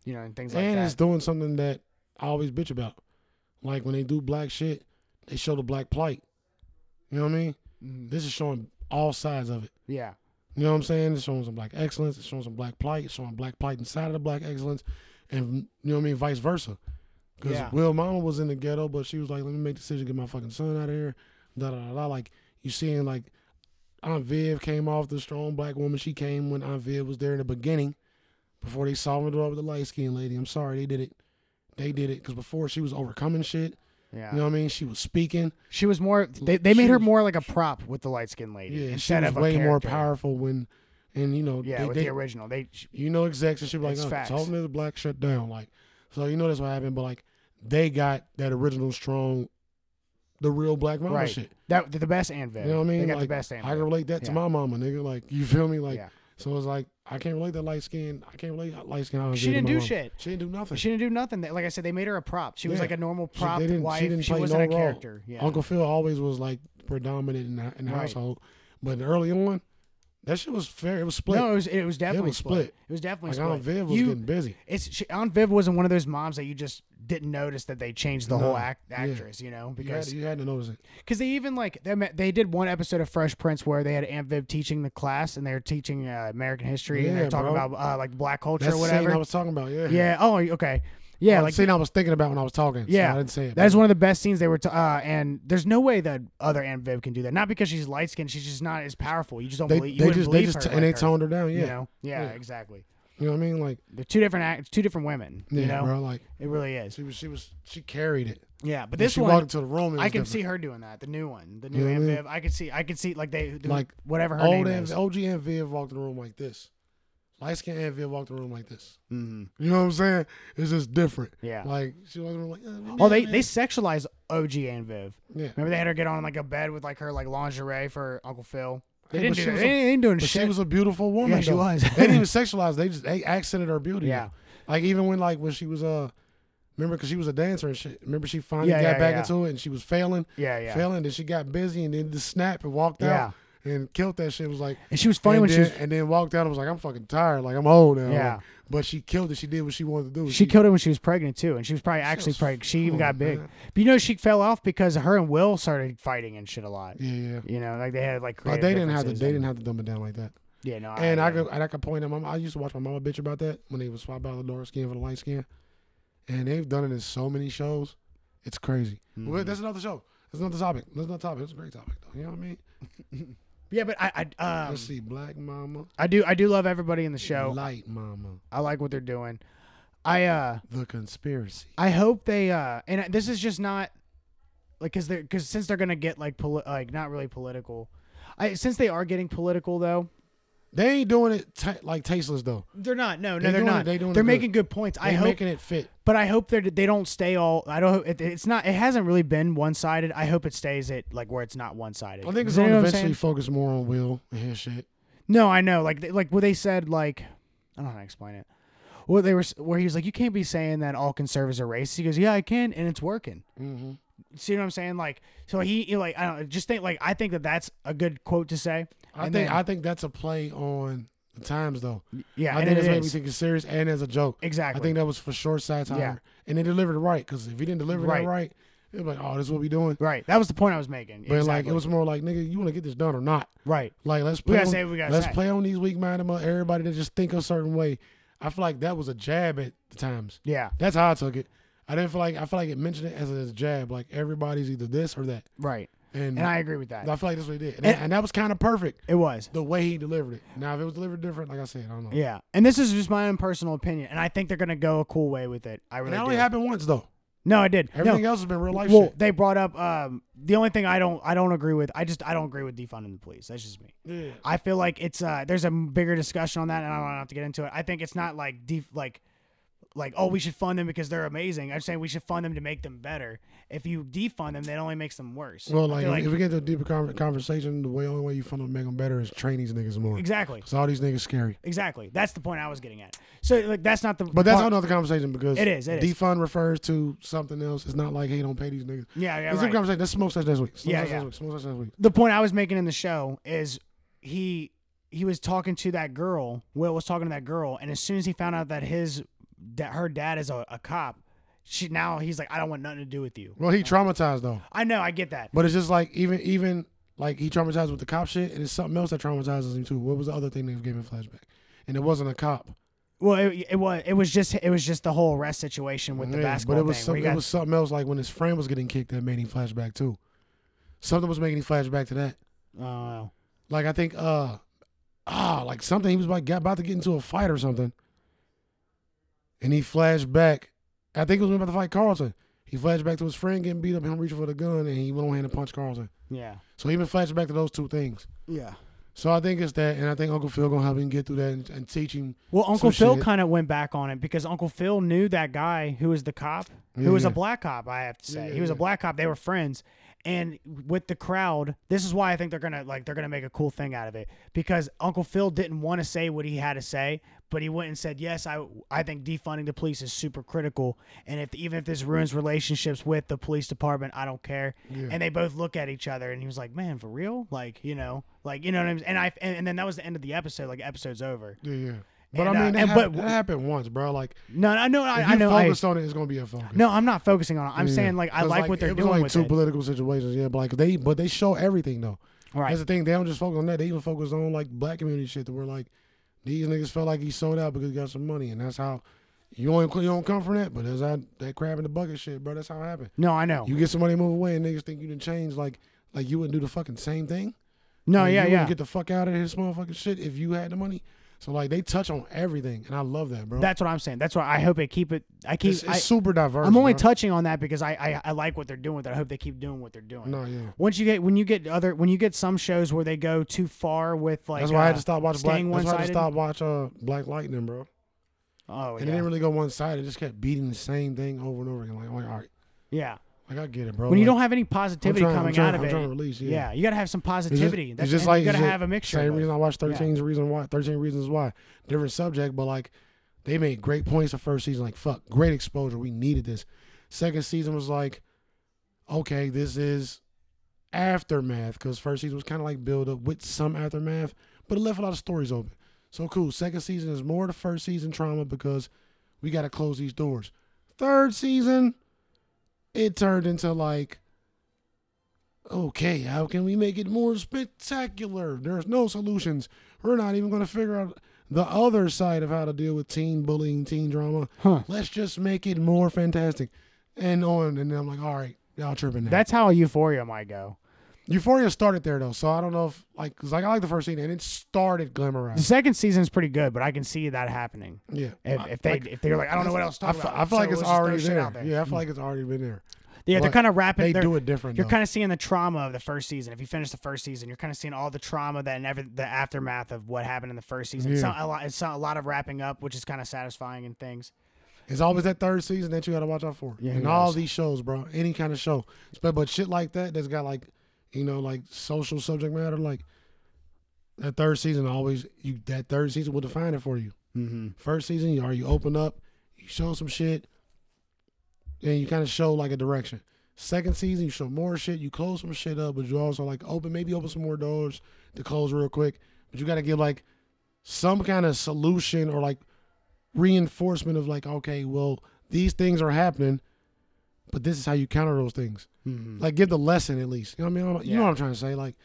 S2: you know, and things like
S3: and
S2: that.
S3: it's doing something that I always bitch about. Like when they do black shit, they show the black plight. You know what I mean?
S2: Mhm.
S3: This is showing all sides of it.
S2: Yeah,
S3: You know what I'm saying? It's showing some black excellence. It's showing some black plight. It's showing black plight inside of the black excellence, and you know what I mean, vice versa. Because
S2: Yeah.
S3: Will Mama was in the ghetto, but she was like, "Let me make a decision, get my fucking son out of here." Da da da. da. Like you seeing like Aunt Viv came off the strong black woman. She came when Aunt Viv was there in the beginning, before they solved it all with the light skinned lady. I'm sorry, they did it. They did it because before she was overcoming shit.
S2: yeah.
S3: You know what I mean? She was speaking.
S2: she was more. They, they made
S3: she
S2: her
S3: was-
S2: more like a prop with the light skinned lady
S3: Yeah, she
S2: instead
S3: was
S2: of a
S3: way more
S2: character.
S3: powerful when, and you know,
S2: Yeah,
S3: they-
S2: with
S3: they-
S2: the original, they sh-
S3: you know execs and shit be like,
S2: It's
S3: oh,
S2: facts.
S3: Talking to the black shut down. Like, so you know that's what happened, but like they got that original strong, the real black mama
S2: right
S3: shit.
S2: that the best and Viv.
S3: You know what I mean?
S2: They got
S3: like,
S2: the best and
S3: I can
S2: Viv.
S3: relate that to
S2: Yeah.
S3: my mama, nigga. Like, you feel me? Like,
S2: yeah.
S3: so it's like I can't relate that light skin. I can't relate that light skin.
S2: She didn't do shit.
S3: She didn't do nothing.
S2: She didn't do nothing. They- Like I said, they made her a prop. She was
S3: Yeah.
S2: like a normal
S3: She-
S2: prop
S3: they didn't- she
S2: wife.
S3: didn't play
S2: wasn't
S3: no
S2: a
S3: role.
S2: character. Yeah.
S3: Uncle Phil always was like predominant in the, in the
S2: Right.
S3: household, but early on, that shit was fair. It was split.
S2: no, it was it was definitely
S3: was
S2: split.
S3: split.
S2: It was definitely
S3: like
S2: split.
S3: Aunt Viv was
S2: You-
S3: getting busy.
S2: It's she, Aunt Viv wasn't one of those moms that you just didn't notice that they changed the whole
S3: No,
S2: act,
S3: yeah.
S2: actress, you
S3: You had,
S2: know, because
S3: you had to notice it.
S2: because they even like they ma- they did one episode of Fresh Prince where they had Aunt Viv teaching the class and they were teaching uh, American history and they're
S3: Yeah,
S2: talking
S3: bro.
S2: about uh, like black culture
S3: That's
S2: or
S3: the scene
S2: whatever.
S3: I was talking about. Yeah.
S2: yeah. Oh, okay. Yeah,
S3: Well,
S2: like
S3: the scene I was thinking about when I was talking. so
S2: Yeah,
S3: I didn't say it.
S2: that is one of the best scenes they were. T- uh, and there's no way that other Aunt Viv can do that. Not because she's light skinned she's just not as powerful. You just don't
S3: they,
S2: believe. You
S3: they
S2: wouldn't
S3: just they
S2: believe
S3: just
S2: her
S3: and they
S2: like her,
S3: toned her down. Yeah,
S2: You know? Yeah,
S3: Yeah.
S2: exactly.
S3: you know what I mean. Like,
S2: They're two different act, two different women.
S3: yeah,
S2: you know,
S3: bro. Like
S2: it really is.
S3: she was she was she carried it.
S2: Yeah, but
S3: When
S2: this
S3: she
S2: one,
S3: walked into the room. It was
S2: I can see
S3: different.
S2: her doing that. The new one, the
S3: You
S2: new
S3: know what I
S2: Aunt
S3: mean?
S2: Viv. I could see, I could see like they do
S3: Like,
S2: whatever her
S3: old
S2: name
S3: Aunt,
S2: is.
S3: OG Aunt Viv walked in the room like this. Light skinned Aunt Viv walked in the room like this.
S2: Mhm.
S3: You know what I'm saying? It's just different.
S2: Yeah.
S3: Like she walked in the room like.
S2: Oh, they they sexualized OG Aunt Viv.
S3: Yeah.
S2: Remember they had her get on like a bed with like her like lingerie for Uncle Phil. They
S3: Yeah, but
S2: didn't do
S3: she
S2: that.
S3: was
S2: They
S3: a-
S2: ain't doing
S3: But
S2: shit.
S3: she was a beautiful woman.
S2: Yeah, she
S3: though.
S2: was.
S3: they
S2: *laughs*
S3: didn't even sexualize. They just they accented her beauty.
S2: Yeah.
S3: Like even when like when she was uh, remember because she was a dancer and shit. Remember she finally
S2: Yeah,
S3: got
S2: yeah,
S3: back
S2: yeah.
S3: into it and she was failing.
S2: yeah, yeah.
S3: failing. Then she got busy and then just snapped and walked out and killed that shit. It was like
S2: And she was funny
S3: and
S2: when
S3: then,
S2: she was
S3: and then walked out. and was like, I'm fucking tired. Like I'm old now.
S2: Yeah.
S3: Like, but she killed it. She did what she wanted to do.
S2: She killed her when she was pregnant too, and she was probably actually
S3: was-
S2: pregnant. She even
S3: come
S2: got
S3: on,
S2: big.
S3: man.
S2: But you know, she fell off because her and Will started fighting and shit a lot.
S3: Yeah, yeah.
S2: You know, like they had like.
S3: But
S2: creative
S3: they didn't have to.
S2: differences
S3: They
S2: and-
S3: didn't have to dumb it down like that.
S2: Yeah, no.
S3: And I
S2: agree.
S3: could, and I could point at my. mom- I used to watch my mama bitch about that when they would swap out the dark skin for the light skin, and they've done it in so many shows. It's crazy.
S2: Hmm.
S3: But that's another show. That's another topic. That's another topic. It's a great topic though. You know what I mean?
S2: Yeah, but I, I, um,
S3: Let's see. Black mama,
S2: I do, I do love everybody in the show.
S3: light mama,
S2: I like what they're doing. I, uh,
S3: the conspiracy.
S2: I hope they, uh, and this is just not like because they're because since they're gonna get like poli- like not really political. I, since they are getting political though,
S3: They ain't doing it ta like tasteless though.
S2: they're not. No, no,
S3: They
S2: they're
S3: doing it-
S2: not.
S3: they doing it
S2: are
S3: good.
S2: making good points.
S3: They
S2: I hope
S3: making it fit.
S2: But I hope that they don't stay all. I don't. It, it's not. It hasn't really been one sided. I hope it stays at like where it's not one sided.
S3: I think it's gonna eventually focus more on Will and his shit.
S2: No, I know. Like they- like what they said. Like I don't know how to explain it. Well, they were s- where he was like, you can't be saying that all conservatives are racist. He goes, yeah, I can, and it's working.
S3: Mm-hmm.
S2: See what I'm saying? Like so he he, like I don't know, just think like I think that that's a good quote to say.
S3: I
S2: And
S3: think
S2: then-
S3: I think that's a play on the times though.
S2: yeah,
S3: I
S2: and
S3: think
S2: it
S3: that's made me
S2: is.
S3: take it serious and as a joke.
S2: exactly.
S3: I think that was for short sight
S2: Yeah.
S3: hire, and they delivered it right because if he didn't deliver
S2: Right.
S3: that right, it'd be like, oh, this is what we doing.
S2: right. That was the point I was making.
S3: But like,
S2: Exactly.
S3: it was more like, nigga, you want to get this done or not?
S2: right.
S3: Like, let's play.
S2: gotta
S3: on,
S2: say what we gotta
S3: let's
S2: say.
S3: play on these weak minded everybody that just think a certain way. I feel like that was a jab at the times.
S2: Yeah.
S3: That's how I took it. I didn't feel like I feel like it mentioned it as a jab. Like everybody's either this or that.
S2: Right.
S3: And,
S2: And I agree with that.
S3: I feel like that's what he did. And, that- and that was kind of perfect
S2: It was.
S3: the way he delivered it. Now, if it was delivered different, like I said, I don't know.
S2: Yeah. And this is just my own personal opinion. And I think they're going to go a cool way with it. I
S3: And
S2: really
S3: that
S2: do.
S3: only happened once, though.
S2: no, I did. No,
S3: Everything else has been real life
S2: well,
S3: shit.
S2: they brought up um, the only thing I don't I don't agree with. I just I don't agree with defunding the police. That's just me.
S3: Yeah.
S2: I feel like it's uh there's a m- bigger discussion on that, and I don't have to get into it. I think it's not like def- like like oh we should fund them because they're amazing. I'm saying we should fund them to make them better. If you defund them, that only makes them worse. I
S3: Well, like,
S2: feel
S3: if we get into a deeper con- conversation, the way only way you funnel make them better is train these niggas more.
S2: exactly,
S3: Cause all these niggas scary.
S2: exactly. That's the point I was getting at. So like that's not the
S3: But that's
S2: part-
S3: another conversation because
S2: It is, it is.
S3: defund refers to something else. It's not like hey, don't pay these niggas.
S2: yeah yeah
S3: It's a
S2: right.
S3: conversation. That's smoke session next week. Smoke
S2: Yeah,
S3: session
S2: yeah.
S3: next week. Smoke session next week.
S2: the point I was making in the show is he he was talking to that girl. Will was talking to that girl, and as soon as he found out that his that her dad is a, a cop, she now he's like, I don't want nothing to do with you.
S3: Well, he traumatized though.
S2: I know, I get that.
S3: But it's just like even even like he traumatized with the cop shit, and it's something else that traumatizes him too. What was the other thing they gave him flashback? And it wasn't a cop.
S2: Well, it, it was it was just it was just the whole arrest situation with the
S3: Yeah,
S2: basketball
S3: but it was
S2: thing.
S3: some-
S2: where he
S3: it
S2: got-
S3: was something else. Like when his friend was getting kicked, that made him flashback too. Something was making him flashback to that.
S2: Oh,
S3: Like I think uh ah like something he was like got about to get into a fight or something. And he flashed back. I think it was when he was about to fight Carlton. He flashed back to his friend getting beat up, him reaching for the gun, and he went on hand and punched Carlton.
S2: yeah,
S3: So he even flashed back to those two things.
S2: yeah.
S3: So I think it's that, and I think Uncle Phil gonna help him get through that and, and teach him.
S2: Well, Uncle Phil
S3: shit.
S2: kind of went back on it because Uncle Phil knew that guy who was the cop, who
S3: Yeah,
S2: was
S3: yeah.
S2: a black cop. I have to say,
S3: yeah,
S2: he was a
S3: yeah.
S2: black cop. They were friends, and with the crowd, this is why I think they're gonna like they're gonna make a cool thing out of it because Uncle Phil didn't want to say what he had to say, but he went and said, "Yes, I I think defunding the police is super critical, and if even if this ruins relationships with the police department, I don't care."
S3: Yeah.
S2: And they both look at each other, and he was like, "Man, for real? Like, you know, like you know what I'm?" And I and, and then that was the end of the episode. Like, episode's over.
S3: Yeah, yeah. But
S2: And,
S3: I
S2: uh,
S3: mean, that,
S2: and- but-
S3: happened, that happened once, bro. Like
S2: No, no, no, I,
S3: if
S2: I
S3: you
S2: know. I-
S3: focus on it, it's gonna be a focus.
S2: No, I'm not focusing on it. I'm
S3: Yeah.
S2: saying like I
S3: 'Cause,
S2: like, what they're
S3: it was
S2: doing
S3: like
S2: with
S3: two
S2: it.
S3: political situations, yeah. But like they, but they show everything though.
S2: right.
S3: That's the thing. They don't just focus on that. They even focus on like black community shit. That were like these niggas felt like he sold out because he got some money, and that's how you don't you don't come from that. But that's how that crab in the bucket shit, bro. That's how it happened.
S2: No, I know.
S3: You get somebody to move away, and niggas think you didn't change. Like like you wouldn't do the fucking same thing.
S2: no,
S3: Like,
S2: yeah,
S3: you
S2: yeah.
S3: wouldn't Get the fuck out of this motherfucking shit if you had the money. So like they touch on everything, and I love that, bro.
S2: That's what I'm saying. That's why I hope they keep it. I keep.
S3: it's, it's
S2: I,
S3: super diverse.
S2: I'm only
S3: bro.
S2: touching on that because I, I I like what they're doing with it. I hope they keep doing what they're doing.
S3: No, yeah.
S2: Once you get when you get other when you get some shows where they go too far with like
S3: That's why I had
S2: uh,
S3: to stop watching Black.
S2: staying
S3: That's why I had to
S2: one-sided.
S3: stop watch uh, Black Lightning, bro.
S2: Oh
S3: And it
S2: yeah.
S3: didn't really go one side. It just kept beating the same thing over and over again. Like, I'm like all right,
S2: yeah.
S3: like I get it, bro.
S2: When you
S3: Like,
S2: don't have any positivity
S3: trying- I'm
S2: coming
S3: trying-
S2: out of
S3: I'm
S2: it.
S3: trying to release, yeah.
S2: you gotta have some
S3: it's just-
S2: positivity.
S3: it's
S2: That's
S3: just
S2: and
S3: like
S2: you gotta
S3: it's
S2: have a mixture.
S3: Same
S2: of
S3: reason
S2: both.
S3: I watched 13 Reasons Why. 13 Reasons Why. Different subject, but like they made great points the first season. Like fuck, great exposure. We needed this. Second season was like, okay, this is aftermath because first season was kind of like build up with some aftermath, but it left a lot of stories open. So cool. Second season is more the first season trauma because we got to close these doors. Third season, it turned into like, okay, how can we make it more spectacular? There's no solutions. We're not even going to figure out the other side of how to deal with teen bullying, teen drama.
S2: Huh.
S3: Let's just make it more fantastic. And on, and then I'm like, all right, y'all tripping now.
S2: That's how Euphoria might go.
S3: Euphoria started there though, so I don't know if like, 'cause, like I like the first season, and it started
S2: The
S3: glamorized.
S2: second season's pretty good, but I can see that happening.
S3: Yeah,
S2: If,
S3: I-
S2: if they
S3: like,
S2: if they're like I don't know what else
S3: I
S2: to talk
S3: feel,
S2: about.
S3: I feel like
S2: so
S3: it's
S2: let's just throw
S3: already
S2: shit
S3: there.
S2: out there.
S3: Yeah, I feel like it's already been there.
S2: Yeah, they're
S3: But
S2: kind of wrapping.
S3: They
S2: they're-
S3: do it different.
S2: You're
S3: though.
S2: kind of seeing the trauma of the first season. If you finish the first season, you're kind of seeing all the trauma that and every, the aftermath of what happened in the first season. It's
S3: Yeah.
S2: not a lot. It's not a lot of wrapping up, which is kind of satisfying and things.
S3: It's always that third season that you got to watch out for.
S2: Yeah,
S3: in
S2: who
S3: all
S2: knows?
S3: these shows, bro, any kind of show, but but shit like that that's got like, you know, like social subject matter, like that third season always you that third season will define it for you.
S2: Mm-hmm.
S3: First season, you are you open up, you show some shit, and you kind of show like a direction. Second season, you show more shit, you close some shit up, but you also like open maybe open some more doors to close real quick. But you got to give like some kind of solution or like reinforcement of like, okay, well these things are happening, but this is how you counter those things.
S2: Mm-hmm. Mm.
S3: Like give the lesson at least. You know what I mean? You know what I'm trying to say? Like,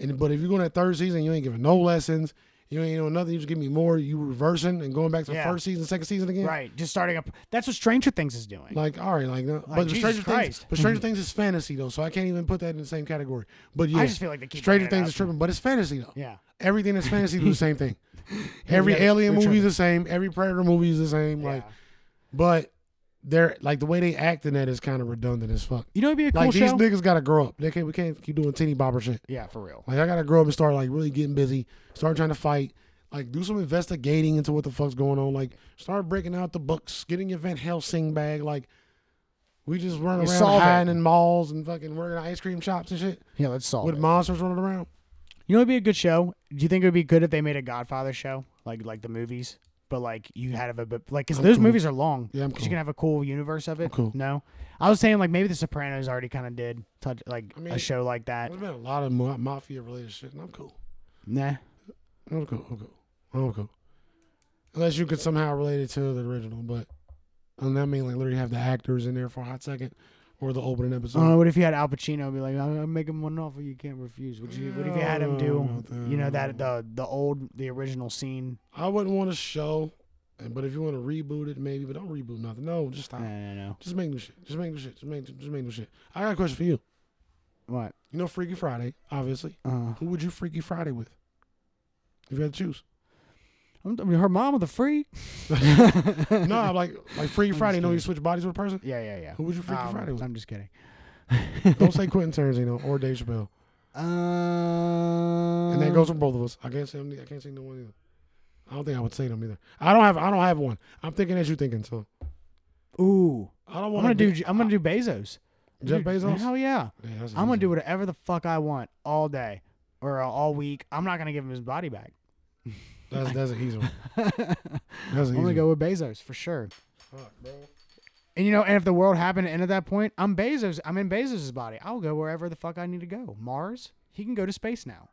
S3: and but if you go in that third season, you ain't giving no lessons. You ain't on nothing. You just give me more. You reversing and going back to the
S2: Yeah.
S3: first season, second season again.
S2: Right. Just starting up. That's what Stranger Things is doing.
S3: Like, all right, like, no, but
S2: Jesus
S3: Stranger
S2: Christ. Mm-hmm.
S3: Things, but Stranger Things is fantasy though, so I can't even put that in the same category. But yeah,
S2: just feel like they keep
S3: Stranger
S2: bringing it
S3: Things
S2: up.
S3: is tripping, but it's fantasy though.
S2: yeah.
S3: Everything that's fantasy do the same
S2: *laughs*
S3: thing. Every
S2: Yeah,
S3: alien
S2: they're
S3: movie is the same. Every predator movie is the same. Like,
S2: Yeah.
S3: but they're like the way they act in that is kind of redundant as fuck.
S2: You know, it'd be a cool
S3: Like these
S2: show.
S3: niggas gotta grow up. They can't, we can't keep doing teeny bopper shit.
S2: yeah, for real.
S3: Like I gotta grow up and start like really getting busy. Start trying to fight. Like do some investigating into what the fuck's going on. Like start breaking out the books. Get in your Van Helsing bag. Like we just run
S2: You
S3: around
S2: solve it.
S3: hiding in malls and fucking working at ice cream shops and shit
S2: Yeah, let's solve
S3: with
S2: it.
S3: monsters running around.
S2: You know, it'd be a good show. Do you think it would be good if they made a Godfather show, like like the movies, but like you had a bit like because
S3: I'm
S2: those
S3: cool.
S2: movies are long.
S3: Yeah, I'm
S2: 'Cause
S3: cool.
S2: You can have a cool universe of it.
S3: cool.
S2: No, I was saying like maybe The Sopranos already kind of did touch like
S3: I mean,
S2: a show like that.
S3: There's been a lot of ma- mafia related shit, and I'm cool.
S2: Nah.
S3: I'm cool. I'm cool. I'm cool. Unless you could somehow relate it to the original, but and that mean like literally have the actors in there for a hot second or the opening episode.
S2: Uh, what if you had Al Pacino be like, I'm, I'm making one offer you can't refuse? Would you? What if you had him do,
S3: Oh, No,
S2: you know, that
S3: no.
S2: the the old the original scene?
S3: I wouldn't want to show, and- but if you want to reboot it, maybe. But don't reboot nothing. No, just
S2: No,
S3: stop.
S2: no, no.
S3: Just make new shit. Just make new shit. Just make just make new shit. I got a question for you.
S2: What?
S3: You know Freaky Friday, obviously.
S2: Uh,
S3: Who would you Freaky Friday with? If you had to choose.
S2: I'm, I mean, her mom was a freak.
S3: no, I'm like like Freaky
S2: just
S3: Friday. You know you
S2: kidding.
S3: switch bodies with a person.
S2: Yeah, yeah, yeah.
S3: Who would you Freaky
S2: Um,
S3: Friday with?
S2: I'm just kidding.
S3: Don't say Quentin Tarantino or Dave Chappelle.
S2: Um,
S3: And that goes for both of us. I can't say I can't say no one either. I don't think I would say them either. I don't have I don't have one. I'm thinking as you thinking. So
S2: Ooh,
S3: I don't
S2: I'm
S3: want
S2: gonna do. I'm gonna do Bezos.
S3: Jeff
S2: Dude,
S3: Bezos. Mm-hmm.
S2: Hell yeah!
S3: Yeah, that's
S2: I'm gonna
S3: easy.
S2: do whatever the fuck I want all day or uh, all week. I'm not gonna give him his body back.
S3: That's that's an
S2: *laughs*
S3: easy one.
S2: I'm
S3: That's an easy.
S2: gonna
S3: one.
S2: go with Bezos for sure.
S3: Fuck, bro.
S2: And you know, and if the world happened to end at that point, I'm Bezos. I'm in Bezos' body. I'll go wherever the fuck I need to go. Mars. He can go to space now,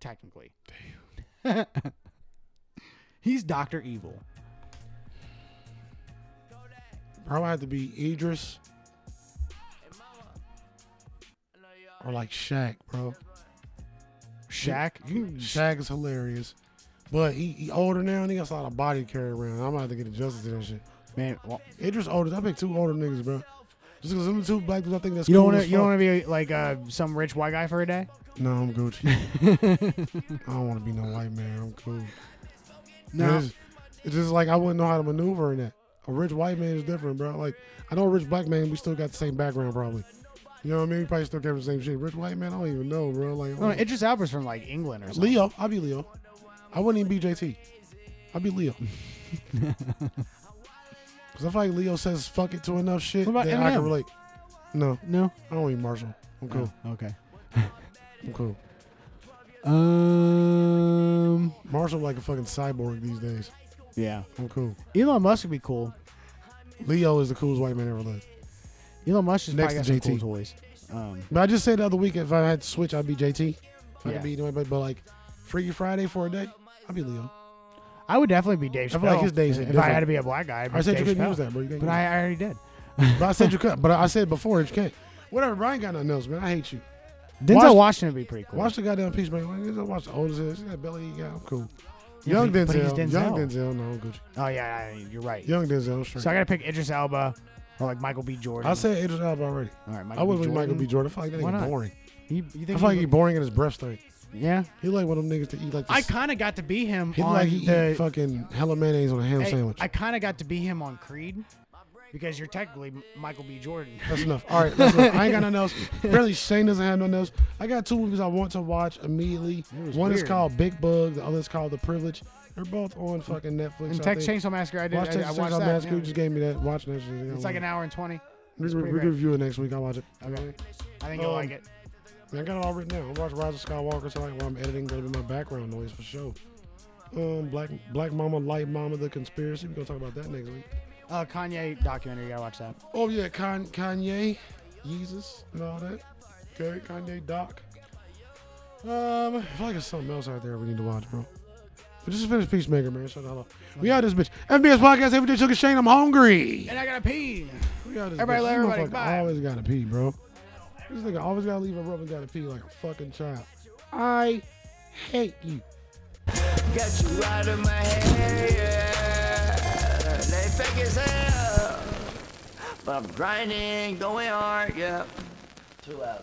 S2: technically. *laughs* Damn. He's Doctor Evil.
S3: Probably have to be Idris or like Shaq, bro.
S2: Shaq. You,
S3: Shaq is hilarious, but he, he older now and he got a lot of body to carry around. I'm gonna have to get adjusted to that shit.
S2: man, well,
S3: Idris older. I pick two older niggas, bro. Just because them two black dudes, I think that's
S2: you don't
S3: cool
S2: want
S3: as
S2: to. You don't
S3: fuck.
S2: want to be like uh, some rich white guy for a day.
S3: No, I'm
S2: *laughs*
S3: Gucci. I don't want to be no white man. I'm cool.
S2: No.
S3: It's, it's just like I wouldn't know how to maneuver in that. A rich white man is different, bro. Like I know a rich black man, we still got the same background probably. You know what I mean? We probably still carry the same shit. Rich white man, I don't even know, bro. Like
S2: No, Idris Elba's from like England or something.
S3: Leo, I'll be Leo. I wouldn't even be JT. I'd be
S2: *laughs*
S3: Leo. *laughs* Cause I feel like Leo says fuck it to enough shit
S2: What about
S3: that I can
S2: Eminem?
S3: relate. No,
S2: No.
S3: I don't even Marshall. I'm cool.
S2: Oh, okay.
S3: I'm cool.
S2: Um.
S3: Marshall like a fucking cyborg these days.
S2: Yeah.
S3: I'm cool.
S2: Elon Musk would be cool.
S3: Leo is the coolest white man ever lived.
S2: Elon Musk is
S3: Next
S2: probably got
S3: to
S2: some
S3: JT.
S2: cool toys. Um.
S3: But I just said the other week if I had to switch, I'd be JT. If I
S2: Yeah.
S3: could be anybody, but like Freaky Friday for a day, I'd be Leo.
S2: I would definitely be Dave
S3: I
S2: Chappelle.
S3: feel like his days are
S2: if I
S3: different.
S2: had to be a black guy, I'd be
S3: I said you
S2: Dave
S3: couldn't
S2: Chappelle.
S3: use that, bro. You can't
S2: But
S3: use
S2: I, I already did.
S3: that. but I said you could. But I said before you can't. Whatever, bro. I ain't got nothing else, man. I hate you.
S2: Denzel
S3: Watch-
S2: Washington would be pretty cool.
S3: Watch the goddamn piece, man. Why you just Watch the oldest. ass- That belly he got. I'm cool. Young
S2: but-
S3: Denzel.
S2: but he's
S3: Young
S2: Denzel.
S3: Denzel. No, I'm good.
S2: oh yeah, yeah, you're right.
S3: Young Denzel. I'm straight.
S2: So I gotta pick Idris Elba or like Michael B. Jordan.
S3: I said Idris Elba already.
S2: all right,
S3: I
S2: Michael
S3: wouldn't
S2: B.
S3: be Michael B.
S2: Jordan.
S3: Jordan. I feel like that
S2: Why
S3: ain't
S2: not?
S3: boring.
S2: You, you
S3: I
S2: think?
S3: feel like
S2: he
S3: he boring in his breath thing.
S2: would- yeah.
S3: He like one of them niggas to eat like
S2: I
S3: this.
S2: kind of got to be him
S3: He
S2: on
S3: like he
S2: the.
S3: eat fucking hella mayonnaise on a ham
S2: Hey,
S3: sandwich.
S2: I kind of got to be him on Creed because you're technically M- Michael B. Jordan.
S3: That's enough. All right, that's enough. I ain't got nothing
S2: *laughs*
S3: else. Really, Shane doesn't have nothing else. I got two movies I want to watch immediately.
S2: It was
S3: One is
S2: weird. Mm.
S3: called Big Bug. The other is called The Privilege. They're both on fucking Netflix.
S2: And
S3: I
S2: Texas
S3: think.
S2: Chainsaw Massacre, I did.
S3: Watch
S2: I, I
S3: Texas
S2: watched
S3: Chainsaw
S2: that.
S3: Massacre.
S2: yeah.
S3: You just gave me that. Watch that. shit.
S2: It's like an hour and twenty.
S3: We,
S2: it's
S3: we,
S2: pretty
S3: we
S2: great.
S3: review it next week. I'll watch it.
S2: Okay. I think you'll
S3: Um,
S2: like it.
S3: Man, I got it all written down. I watch Rise of Skywalker tonight while I'm editing. That'll be my background noise for sure. Um, Black Black Mama, Light Mama, The Conspiracy. We're going to talk about that next week.
S2: Uh, Kanye documentary, you gotta watch that.
S3: Oh, yeah. Kan- Kanye, Jesus, and all that. Okay, Kanye Doc. Um, I feel like there's something else out there we need to watch, bro. But just finish Peacemaker, man. Shut the hell up. We out this bitch. FBS Podcast, every day, Sugar Shane. I'm hungry.
S2: And I gotta pee.
S3: We out this
S2: Everybody
S3: bitch.
S2: let
S3: This
S2: everybody
S3: motherfucker
S2: goodbye.
S3: always gotta pee, bro. This nigga always gotta leave a rub and gotta pee like a fucking child. I hate you.
S1: Got you out of my head. They fake as hell. But I'm grinding, going hard, yeah. Two out.